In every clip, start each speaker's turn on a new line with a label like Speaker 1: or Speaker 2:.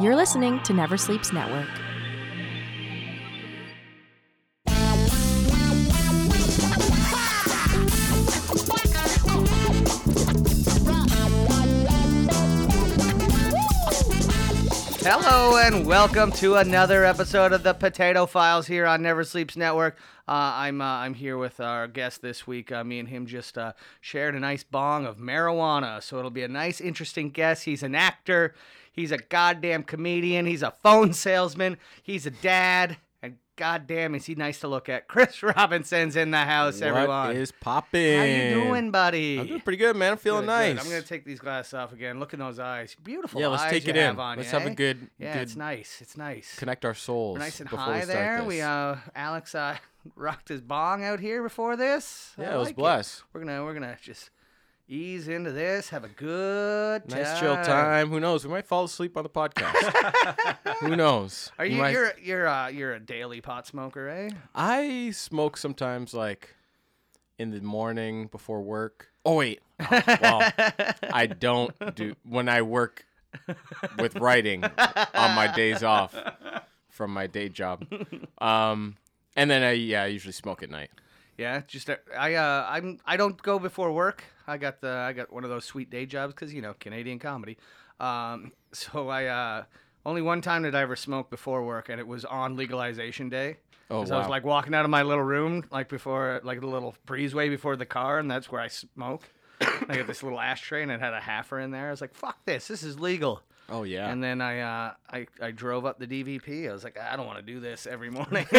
Speaker 1: You're listening to Never Sleeps Network.
Speaker 2: Hello and welcome to another episode of the Potato Files here on Never Sleeps Network. Uh, I'm uh, I'm here with our guest this week. Uh, me and him just uh, shared a nice bong of marijuana, so it'll be a nice, interesting guest. He's an actor, he's a goddamn comedian, he's a phone salesman, he's a dad, and goddamn is he nice to look at. Chris Robinson's in the house, everyone.
Speaker 3: What is popping?
Speaker 2: How you doing, buddy?
Speaker 3: I'm doing pretty good, man. I'm feeling
Speaker 2: Good,
Speaker 3: nice.
Speaker 2: good. I'm gonna take these glasses off again. Look in those eyes. Beautiful.
Speaker 3: yeah, let's
Speaker 2: eyes
Speaker 3: take
Speaker 2: you
Speaker 3: it in.
Speaker 2: have on
Speaker 3: let's
Speaker 2: you,
Speaker 3: have a
Speaker 2: eh?
Speaker 3: good,
Speaker 2: Yeah,
Speaker 3: good
Speaker 2: it's nice. It's nice.
Speaker 3: connect our souls.
Speaker 2: We're nice and
Speaker 3: before
Speaker 2: high
Speaker 3: we start
Speaker 2: there.
Speaker 3: This.
Speaker 2: We uh, Alex uh, rocked his bong out here before this. I
Speaker 3: yeah, it was
Speaker 2: like
Speaker 3: blessed.
Speaker 2: We're gonna we're gonna just ease into this. Have a good
Speaker 3: Nice chill time. Who knows? We might fall asleep on the podcast. Who knows?
Speaker 2: Are
Speaker 3: We
Speaker 2: you
Speaker 3: might-
Speaker 2: you're you're uh, you're a daily pot smoker, eh?
Speaker 3: I smoke sometimes, like in the morning before work. Oh wait, Oh, well, I don't do when I work with writing on my days off from my day job. Um, and then I yeah, I usually smoke at night.
Speaker 2: Yeah, just uh, I uh I'm I don't go before work. I got the I got one of those sweet day jobs because you know Canadian comedy. Um, so I uh only one time did I ever smoke before work, and it was on legalization day.
Speaker 3: Oh,
Speaker 2: 'Cause I was
Speaker 3: wow.
Speaker 2: like walking out of my little room, like before, like the little breezeway before the car, and that's where I smoke. I got this little ashtray, and it had a halfer in there. I was like, "Fuck this! This is legal."
Speaker 3: Oh yeah,
Speaker 2: And then I, uh, I I drove up the DVP. I was like, "I don't want to do this every morning."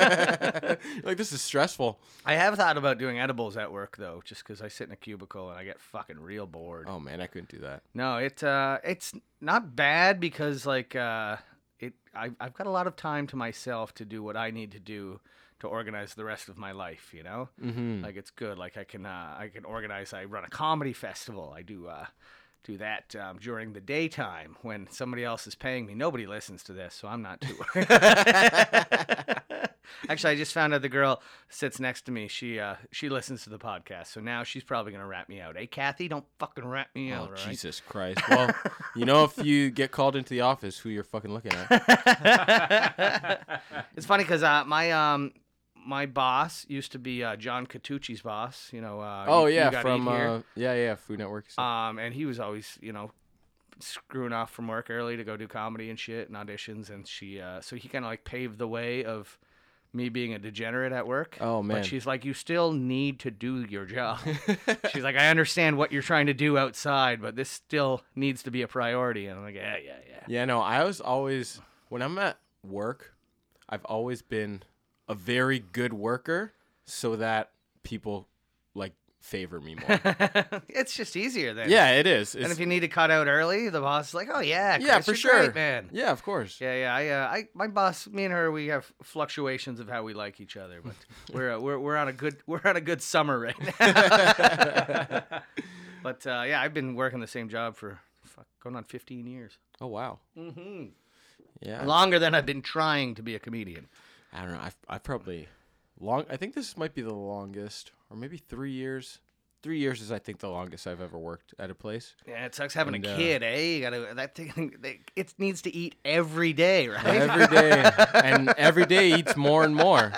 Speaker 3: like this is stressful.
Speaker 2: I have thought about doing edibles at work though, just because I sit in a cubicle and I get fucking real bored.
Speaker 3: Oh man, I couldn't do that.
Speaker 2: No, it uh, it's not bad because like uh, it I, I've got a lot of time to myself to do what I need to do to organize the rest of my life. You know,
Speaker 3: Mm-hmm.
Speaker 2: like it's good. Like I can uh, I can organize. I run a comedy festival. I do uh, do that um, during the daytime when somebody else is paying me. Nobody listens to this, so I'm not too. worried. Actually, I just found out the girl sits next to me. She uh, she listens to the podcast, so now she's probably gonna rat me out. Hey, Kathy, don't fucking rat me
Speaker 3: oh
Speaker 2: out. all right?
Speaker 3: Jesus Christ! Well, you know if you get called into the office, who you're fucking looking at?
Speaker 2: it's funny because uh, my um my boss used to be uh, John Catucci's boss. You know. Uh,
Speaker 3: Oh
Speaker 2: You- You
Speaker 3: yeah,
Speaker 2: Gotta
Speaker 3: from
Speaker 2: Eat Here.
Speaker 3: uh, yeah yeah Food Network. stuff.
Speaker 2: Um, and he was always, you know, screwing off from work early to go do comedy and shit and auditions. And she, uh, so he kind of like paved the way of me being a degenerate at work.
Speaker 3: Oh, man.
Speaker 2: But she's like, you still need to do your job. she's like, I understand what you're trying to do outside, but this still needs to be a priority. And I'm like, yeah, yeah, yeah.
Speaker 3: Yeah, no, I was always when I'm at work, I've always been a very good worker so that people like favor me more.
Speaker 2: it's just easier then.
Speaker 3: yeah, it is. It's,
Speaker 2: And if you need to cut out early, the boss is like, oh yeah,
Speaker 3: yeah,
Speaker 2: Chris,
Speaker 3: for
Speaker 2: you're
Speaker 3: sure.
Speaker 2: great, man.
Speaker 3: Yeah, of course.
Speaker 2: Yeah, yeah. I, uh, I, my boss, me and her, we have fluctuations of how we like each other, but we're uh, we're we're on a good we're on a good summer right now. but uh, yeah, I've been working the same job for fuck, going on 15 years,
Speaker 3: Oh wow.
Speaker 2: mm-hmm.
Speaker 3: Yeah.
Speaker 2: longer than I've been trying to be a comedian.
Speaker 3: I don't know. I've I probably long I think this might be the longest or maybe 3 years. 3 years is I think the longest I've ever worked at a place.
Speaker 2: Yeah, it sucks having
Speaker 3: And,
Speaker 2: a
Speaker 3: uh,
Speaker 2: kid, eh? You gotta that thing. They, it needs to eat every day, right?
Speaker 3: Every day and every day eats more and more.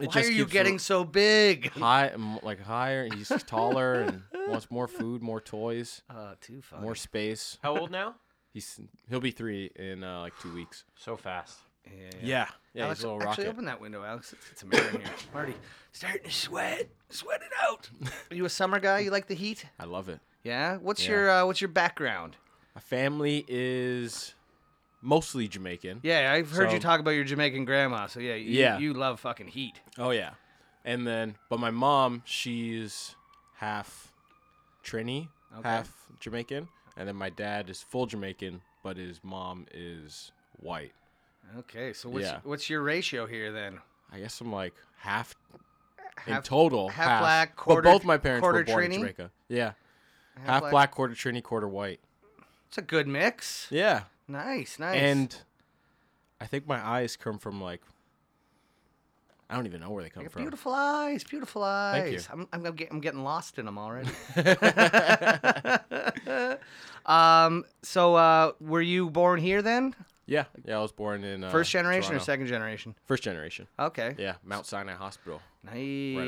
Speaker 3: It
Speaker 2: Why are you
Speaker 3: keeps-
Speaker 2: getting so big?
Speaker 3: high, m- like higher. and He's taller and wants more food, more toys,
Speaker 2: Oh, too funny.
Speaker 3: more space.
Speaker 4: How old now?
Speaker 3: He's he'll be three in uh, like two weeks.
Speaker 4: So fast.
Speaker 2: Yeah.
Speaker 3: Yeah, yeah,
Speaker 2: Alex,
Speaker 3: he's a little
Speaker 2: actually
Speaker 3: rocket.
Speaker 2: open that window, Alex. It's, it's amazing here. I'm already starting to sweat. Sweat it out. Are you a summer guy? You like the heat?
Speaker 3: I love it.
Speaker 2: Yeah. What's
Speaker 3: Yeah.
Speaker 2: your uh, What's your background?
Speaker 3: My family is mostly Jamaican.
Speaker 2: Yeah, I've heard you
Speaker 3: So-
Speaker 2: talk about your Jamaican grandma. So yeah, you,
Speaker 3: Yeah.
Speaker 2: you love fucking heat.
Speaker 3: Oh yeah, and then but my mom, she's half Trini,
Speaker 2: Okay.
Speaker 3: half Jamaican, and then my dad is full Jamaican, but his mom is white.
Speaker 2: Okay, so what's
Speaker 3: Yeah.
Speaker 2: what's your ratio here then?
Speaker 3: I guess I'm like half, in
Speaker 2: Half-
Speaker 3: total.
Speaker 2: half black,
Speaker 3: But
Speaker 2: quarter-
Speaker 3: both my parents
Speaker 2: quarter
Speaker 3: were born in
Speaker 2: Trini?
Speaker 3: Jamaica. Yeah, half, black, quarter Trini, quarter white.
Speaker 2: It's a good mix.
Speaker 3: Yeah,
Speaker 2: Nice, nice.
Speaker 3: and I think my eyes come from like I don't even know where they come from.
Speaker 2: Beautiful eyes, beautiful eyes.
Speaker 3: Thank you.
Speaker 2: I'm, I'm, I'm, get, I'm getting lost in them already. um, so, uh, were you born here then?
Speaker 3: Yeah, yeah. I was born in uh,
Speaker 2: First generation
Speaker 3: Toronto.
Speaker 2: or second generation?
Speaker 3: First generation.
Speaker 2: Okay.
Speaker 3: Yeah, Mount Sinai Hospital.
Speaker 2: Nice.
Speaker 3: on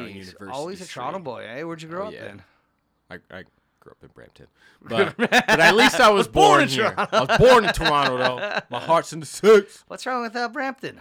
Speaker 3: University
Speaker 2: Always a Toronto
Speaker 3: Street. Oh,
Speaker 2: boy, eh? Where'd you grow up
Speaker 3: yeah.
Speaker 2: then?
Speaker 3: I, I grew up in Brampton, but, but at least I was born,
Speaker 2: in
Speaker 3: here. I was born in Toronto, though. My heart's in the six.
Speaker 2: What's wrong with uh, Brampton?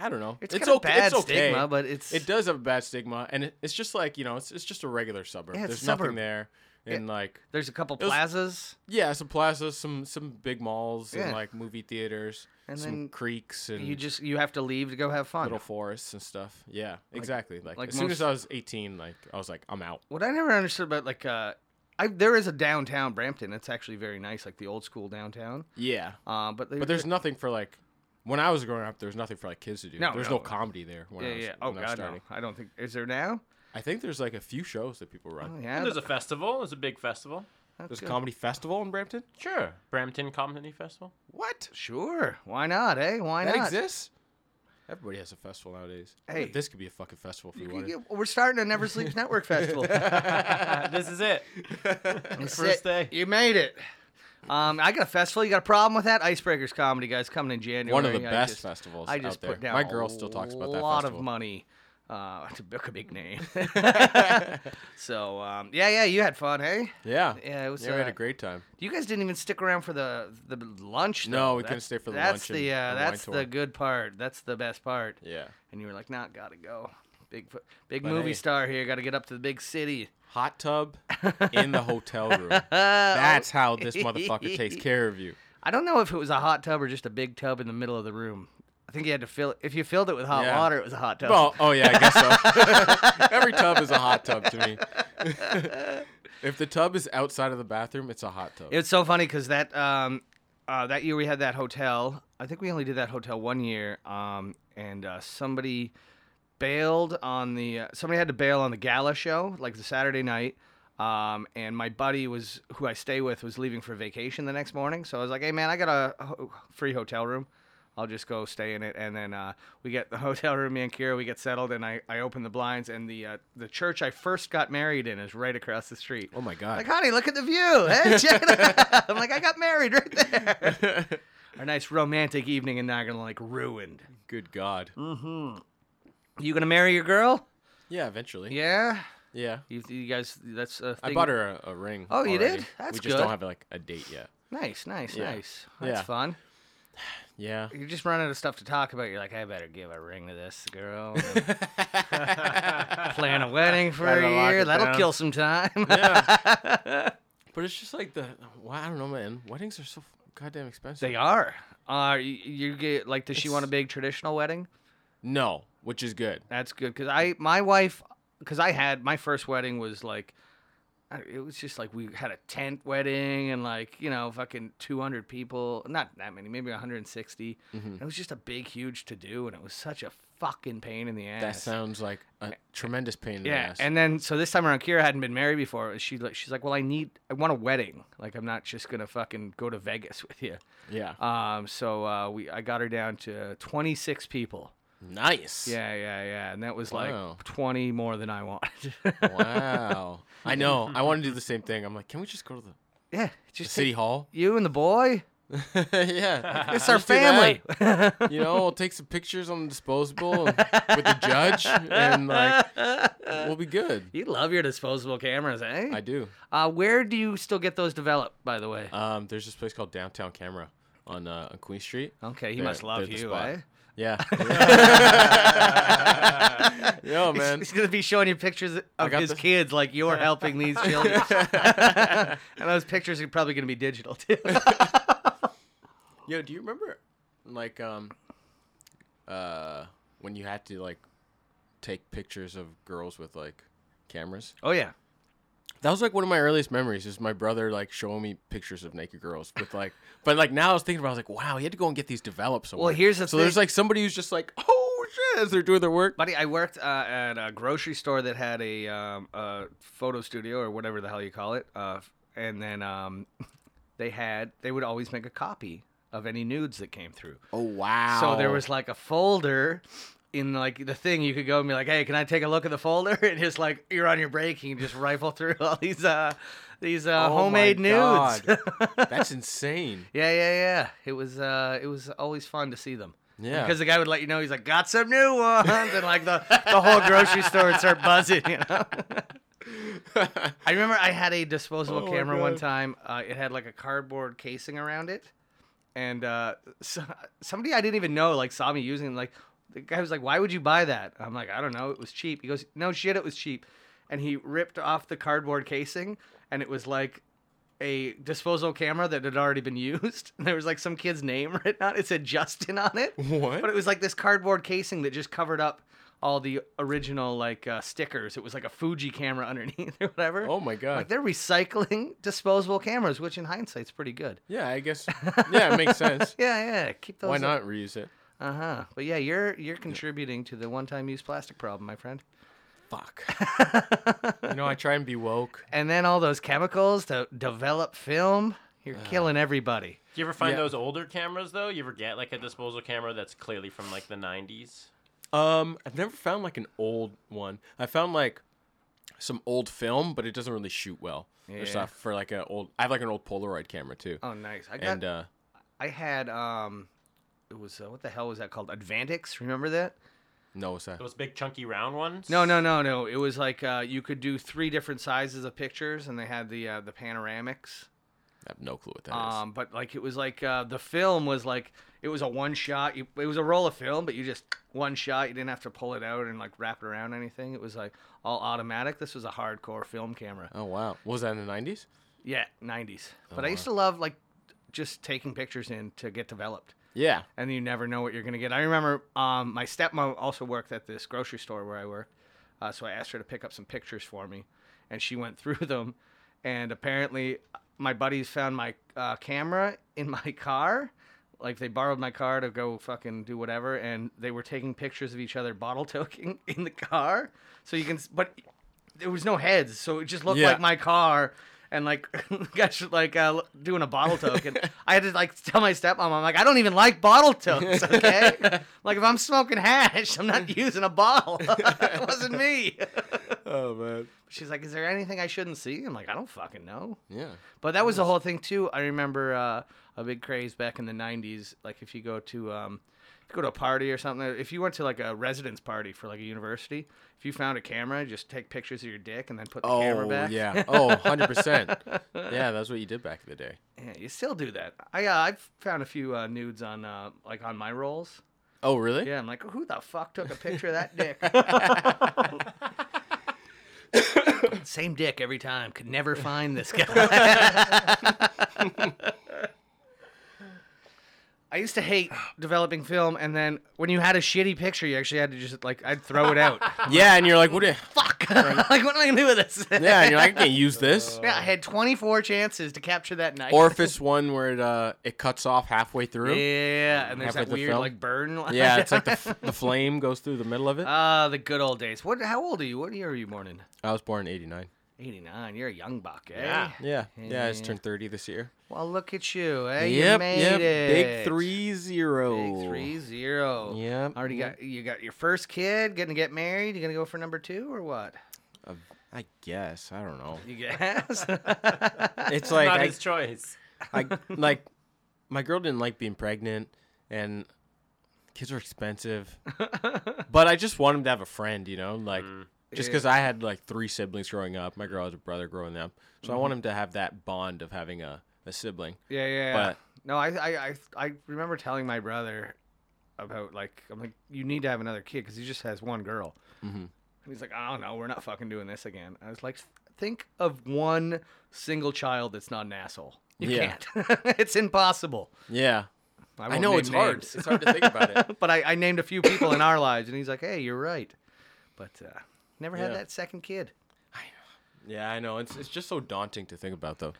Speaker 3: I don't know.
Speaker 2: It's got a
Speaker 3: okay-
Speaker 2: bad
Speaker 3: it's okay.
Speaker 2: stigma, but it's-
Speaker 3: it does have a bad stigma, and it, it's just like you know, it's it's just a regular suburb.
Speaker 2: Yeah, it's
Speaker 3: There's
Speaker 2: a
Speaker 3: nothing
Speaker 2: suburb.
Speaker 3: there, and like
Speaker 2: There's a couple
Speaker 3: was-
Speaker 2: plazas.
Speaker 3: yeah, some plazas, some some big malls,
Speaker 2: Yeah.
Speaker 3: and like movie theaters,
Speaker 2: And
Speaker 3: some
Speaker 2: then
Speaker 3: creeks, and
Speaker 2: You just you have to leave to go have fun.
Speaker 3: little forests and stuff. Yeah, exactly. Like,
Speaker 2: like
Speaker 3: as soon
Speaker 2: most-
Speaker 3: as I was 18, like I was like, I'm out.
Speaker 2: What I never understood about like uh, I there is a downtown Brampton. It's actually very nice, like the old school downtown.
Speaker 3: Yeah,
Speaker 2: Uh, but,
Speaker 3: but there's nothing for like when I was growing up. There was nothing for like kids to do.
Speaker 2: No,
Speaker 3: there's
Speaker 2: no.
Speaker 3: no, comedy there. When
Speaker 2: yeah
Speaker 3: I was,
Speaker 2: yeah. Oh
Speaker 3: when I was
Speaker 2: god, no.
Speaker 3: starting.
Speaker 2: I don't think is there now.
Speaker 3: I think there's like a few shows that people run.
Speaker 2: Oh, yeah,
Speaker 4: And there's a festival. There's a big festival.
Speaker 3: There's a
Speaker 2: good.
Speaker 3: comedy festival in Brampton.
Speaker 4: Sure, Brampton Comedy Festival.
Speaker 3: What?
Speaker 2: sure. Why not? Eh? Why
Speaker 3: That
Speaker 2: not?
Speaker 3: exists. Everybody has a festival nowadays. I bet
Speaker 2: Hey.
Speaker 3: this could be a fucking festival if you,
Speaker 2: You
Speaker 3: wanted.
Speaker 2: get- We're starting a Never Sleeps Network Festival.
Speaker 4: Uh, this is it.
Speaker 2: Sit.
Speaker 4: First day.
Speaker 2: You made it. Um, I got a festival. You got a problem with that? Icebreakers comedy guys coming in January.
Speaker 3: One of the
Speaker 2: I
Speaker 3: best
Speaker 2: just-
Speaker 3: festivals
Speaker 2: I just
Speaker 3: out there.
Speaker 2: put down
Speaker 3: My
Speaker 2: a
Speaker 3: girl still talks about that
Speaker 2: lot of
Speaker 3: festival.
Speaker 2: money uh, to book a big name. so um, yeah, yeah, you had fun, hey?
Speaker 3: Yeah.
Speaker 2: Yeah, it was,
Speaker 3: we had
Speaker 2: uh,
Speaker 3: a great time.
Speaker 2: You guys didn't even stick around for the the lunch.
Speaker 3: No,
Speaker 2: though.
Speaker 3: we couldn't
Speaker 2: That's-
Speaker 3: stay for the
Speaker 2: That's
Speaker 3: lunch
Speaker 2: the
Speaker 3: and-
Speaker 2: uh,
Speaker 3: and wine
Speaker 2: that's the
Speaker 3: tour.
Speaker 2: good part. That's the best part.
Speaker 3: Yeah.
Speaker 2: And you were like, nah, gotta go. Big fo- big
Speaker 3: But
Speaker 2: movie
Speaker 3: hey.
Speaker 2: star here. Got to get up to the big city.
Speaker 3: Hot tub in the hotel room. That's how this motherfucker takes care of you.
Speaker 2: I don't know if it was a hot tub or just a big tub in the middle of the room. I think you had to fill it. If you filled it with hot
Speaker 3: Yeah.
Speaker 2: water, it was a hot tub.
Speaker 3: Well, oh yeah, I guess so. Every tub is a hot tub to me. if the tub is outside of the bathroom, it's a hot tub.
Speaker 2: It's so funny because that um, uh, that year we had that hotel. I think we only did that hotel one year, um, and uh, somebody bailed on the uh, somebody had to bail on the gala show, like the Saturday night. Um, and my buddy was who I stay with was leaving for vacation the next morning, so I was like, "Hey man, I got a ho- free hotel room. I'll just go stay in it." And then uh, we get the hotel room, me and Kira, we get settled, and I, I open the blinds, and the uh, the church I first got married in is right across the street.
Speaker 3: oh my god.
Speaker 2: Like, honey, look at the view. Hey, check it out. I'm like, I got married right there. Our nice romantic evening in Niagara like ruined.
Speaker 3: Good god.
Speaker 2: Mm. You gonna marry your girl?
Speaker 3: Yeah, eventually. Yeah.
Speaker 2: Yeah.
Speaker 3: yeah.
Speaker 2: You, you guys, that's a
Speaker 3: I
Speaker 2: thing.
Speaker 3: bought her a, a ring.
Speaker 2: Oh, you did?
Speaker 3: already.
Speaker 2: That's
Speaker 3: we just
Speaker 2: good.
Speaker 3: don't have like a date yet.
Speaker 2: Nice, nice,
Speaker 3: Yeah.
Speaker 2: nice. That's
Speaker 3: Yeah.
Speaker 2: fun.
Speaker 3: Yeah.
Speaker 2: You just run out of stuff to talk about. You're like, I better give a ring to this girl. Plan a wedding for
Speaker 3: Gotta
Speaker 2: a
Speaker 3: lock
Speaker 2: year.
Speaker 3: it
Speaker 2: That'll
Speaker 3: down.
Speaker 2: kill some time.
Speaker 3: But it's just like the well, I don't know, man. Weddings are so f- goddamn expensive.
Speaker 2: they are. Uh, you, you get like, does she
Speaker 3: It's-
Speaker 2: want a big traditional wedding?
Speaker 3: no, which is good.
Speaker 2: That's good because I my wife because I had my first wedding was like I- it was just like we had a tent wedding and like you know fucking 200 people not that many maybe 160
Speaker 3: Mm-hmm.
Speaker 2: And it was just a big huge to do and it was such a fucking pain in the ass
Speaker 3: That sounds like a tremendous pain in
Speaker 2: yeah
Speaker 3: the ass.
Speaker 2: and then so this time around Kira hadn't been married before she like she's like well I need I want a wedding like I'm not just gonna fucking go to Vegas with you
Speaker 3: yeah,
Speaker 2: um so uh, we I got her down to 26 people
Speaker 3: nice.
Speaker 2: yeah, yeah, yeah. And that was
Speaker 3: Wow.
Speaker 2: like 20 more than I wanted.
Speaker 3: Wow. I know. I want to do the same thing. I'm like, can we just go to the,
Speaker 2: yeah,
Speaker 3: the
Speaker 2: just
Speaker 3: city
Speaker 2: take
Speaker 3: hall?
Speaker 2: you and the boy.
Speaker 3: yeah,
Speaker 2: It's our
Speaker 3: Let's do that.
Speaker 2: family.
Speaker 3: You know, we'll take some pictures on the disposable and, with the judge, and like, we'll be good.
Speaker 2: you love your disposable cameras, eh?
Speaker 3: I do.
Speaker 2: uh, where do you still get those developed, by the way?
Speaker 3: Um, there's this place called Downtown Camera on uh, on Queen Street.
Speaker 2: okay, he
Speaker 3: they're-
Speaker 2: must love
Speaker 3: they're the
Speaker 2: you,
Speaker 3: spot.
Speaker 2: eh?
Speaker 3: Yeah. Yo,
Speaker 2: He's-
Speaker 3: man.
Speaker 2: He's, gonna be showing you pictures of
Speaker 3: got
Speaker 2: his
Speaker 3: the-
Speaker 2: kids, like you're helping these children. and those pictures are probably gonna be digital too.
Speaker 3: Yo, do you remember, like, um, uh, when you had to like take pictures of girls with like cameras?
Speaker 2: oh yeah,
Speaker 3: That was like one of my earliest memories. Is my brother like showing me pictures of naked girls with like, but like now I was thinking about, it, I was like, wow, he had to go and get these developed somewhere.
Speaker 2: here's the
Speaker 3: so there's
Speaker 2: thing-
Speaker 3: like somebody who's just like, oh shit, as they're doing their work.
Speaker 2: buddy. I worked uh, at a grocery store that had a, um, a photo studio or whatever the hell you call it, uh, and then um, they had they would always make a copy of any nudes that came through.
Speaker 3: Oh wow.
Speaker 2: So there was like a folder in like the thing you could go and be like, "Hey, can I take a look at the folder?" And just like you're on your break, you can just rifle through all these uh these uh,
Speaker 3: Oh my
Speaker 2: homemade nudes.
Speaker 3: God. That's insane.
Speaker 2: Yeah, yeah, yeah. It was uh, it was always fun to see them.
Speaker 3: Yeah.
Speaker 2: Because the guy would let you know he's like, got some new ones, and like the, the whole grocery store would start buzzing. You know. I remember I had a disposable
Speaker 3: Oh my
Speaker 2: camera one
Speaker 3: God.
Speaker 2: time. Uh, it had like a cardboard casing around it, and uh, so, somebody I didn't even know like saw me using. it, Like the guy was like, "Why would you buy that?" I'm like, "I don't know. It was cheap." He goes, "No shit, it was cheap," and he ripped off the cardboard casing, and it was like a disposal camera that had already been used. And there was like some kid's name written on it. It said Justin on it.
Speaker 3: What?
Speaker 2: But it was like this cardboard casing that just covered up all the original like uh, stickers. It was like a Fuji camera underneath or whatever.
Speaker 3: Oh my god.
Speaker 2: Like they're recycling disposable cameras, which in hindsight's pretty good.
Speaker 3: yeah, I guess. Yeah, it makes sense.
Speaker 2: Yeah, yeah. Keep those.
Speaker 3: Why not reuse it?
Speaker 2: Uh huh. But yeah, you're you're contributing to the one-time use plastic problem, my friend.
Speaker 3: Fuck. you know, I try and be woke.
Speaker 2: And then all those chemicals to develop film. You're killing everybody.
Speaker 4: Do you ever find
Speaker 3: Yeah.
Speaker 4: those older cameras though? You ever get like a disposal camera that's clearly from like the 90s?
Speaker 3: Um, I've never found like an old one. I found like some old film, but it doesn't really shoot well.
Speaker 2: Yeah.
Speaker 3: Or stuff for like an old. I have like an old Polaroid camera too.
Speaker 2: Oh, nice. I got
Speaker 3: and uh,
Speaker 2: I had um, it was uh, what the hell was that called? Advantix. Remember that?
Speaker 3: no, what's that?
Speaker 4: Those big chunky round ones?
Speaker 2: No, no, no, no. It was like uh, you could do three different sizes of pictures, and they had the uh, the panoramics.
Speaker 3: I have no clue what that is.
Speaker 2: Um, but like it was like uh, the film was like it was a one shot. You, it was a roll of film, but you just one shot. You didn't have to pull it out and like wrap it around anything. It was like all automatic. This was a hardcore film camera.
Speaker 3: Oh wow, was that in the nineties?
Speaker 2: Yeah, nineties. But I used to love like just taking pictures in to get developed.
Speaker 3: Yeah.
Speaker 2: and you never know what you're gonna get. I remember um, my stepmom also worked at this grocery store where I worked, uh, so I asked her to pick up some pictures for me, and she went through them, and apparently uh, my buddies found my uh, camera in my car. Like they borrowed my car to go fucking do whatever, and they were taking pictures of each other bottle toking in the car. So you can, s- but there was no heads, so it just looked
Speaker 3: Yeah.
Speaker 2: like my car. And like, gosh, like uh, doing a bottle token. I had to like tell my stepmom, I'm like, I don't even like bottle tokens, okay? like if I'm smoking hash, I'm not using a bottle. it wasn't me.
Speaker 3: Oh man.
Speaker 2: She's like, is there anything I shouldn't see? I'm like, I don't fucking know.
Speaker 3: Yeah.
Speaker 2: But that was the whole thing too. I remember uh, a big craze back in the '90s. Like if you go to um, if you go to a party or something, if you went to like a residence party for like a university, if you found a camera, just take pictures of your dick and then put the camera
Speaker 3: Oh
Speaker 2: back.
Speaker 3: yeah. Oh, 100 percent. Yeah, that's what you did back in the day.
Speaker 2: Yeah, you still do that. I uh, I've found a few uh, nudes on uh, like on my rolls.
Speaker 3: Oh really?
Speaker 2: Yeah, I'm like, who the fuck took a picture of that dick? Same dick every time. Could never find this guy. I used to hate developing film, and then when you had a shitty picture, you actually had to just like I'd throw it out.
Speaker 3: Yeah, and you're like, what? do-
Speaker 2: Fuck! like, what am I gonna do with this?
Speaker 3: Yeah, and you're like, I can't use this.
Speaker 2: Yeah, I had 24 chances to capture that night.
Speaker 3: Or if it's one where it uh it cuts off halfway through.
Speaker 2: yeah, and there's
Speaker 3: Halfway
Speaker 2: that
Speaker 3: through
Speaker 2: weird
Speaker 3: film?
Speaker 2: like burn. line.
Speaker 3: Yeah, it's like the, f- the flame goes through the middle of it.
Speaker 2: Ah, the good old days. What? How old are you? What year are you born in?
Speaker 3: I was born in '89.
Speaker 2: 89. You're a young buck, eh?
Speaker 4: Yeah.
Speaker 3: Yeah, yeah, I just turned 30 this year.
Speaker 2: Well, look at you, eh? you
Speaker 3: yep,
Speaker 2: made it.
Speaker 3: yep. Big three zero.
Speaker 2: Big three zero.
Speaker 3: Yep,
Speaker 2: Already got you got your first kid. Gonna get married. You gonna go for number two or what?
Speaker 3: Uh, I guess I don't know.
Speaker 2: You guess.
Speaker 3: It's
Speaker 4: It's
Speaker 3: like
Speaker 4: not
Speaker 3: I,
Speaker 4: his choice.
Speaker 3: I like my girl didn't like being pregnant and kids are expensive. but I just wanted to have a friend, you know, like
Speaker 2: Mm.
Speaker 3: just because I had like three siblings growing up. My girl has a brother growing up, so I
Speaker 2: Mm-hmm.
Speaker 3: want him to have that bond of having a, a sibling.
Speaker 2: Yeah, yeah. yeah.
Speaker 3: But-
Speaker 2: no, I, I, I, I remember telling my brother about like I'm like you need to have another kid because he just has one girl,
Speaker 3: Mm-hmm.
Speaker 2: and he's like, I don't know, we're not fucking doing this again. I was like, think of one single child that's not an asshole. You
Speaker 3: Yeah.
Speaker 2: can't. it's impossible.
Speaker 3: Yeah, I,
Speaker 2: won't
Speaker 3: know
Speaker 2: name
Speaker 3: it's hard.
Speaker 2: names.
Speaker 3: It's hard to think about it.
Speaker 2: but I, I named a few people in our lives, and he's like, hey, you're right, but uh, never had
Speaker 3: Yeah.
Speaker 2: that second kid.
Speaker 3: Yeah, I know. It's it's just so daunting to think about, though.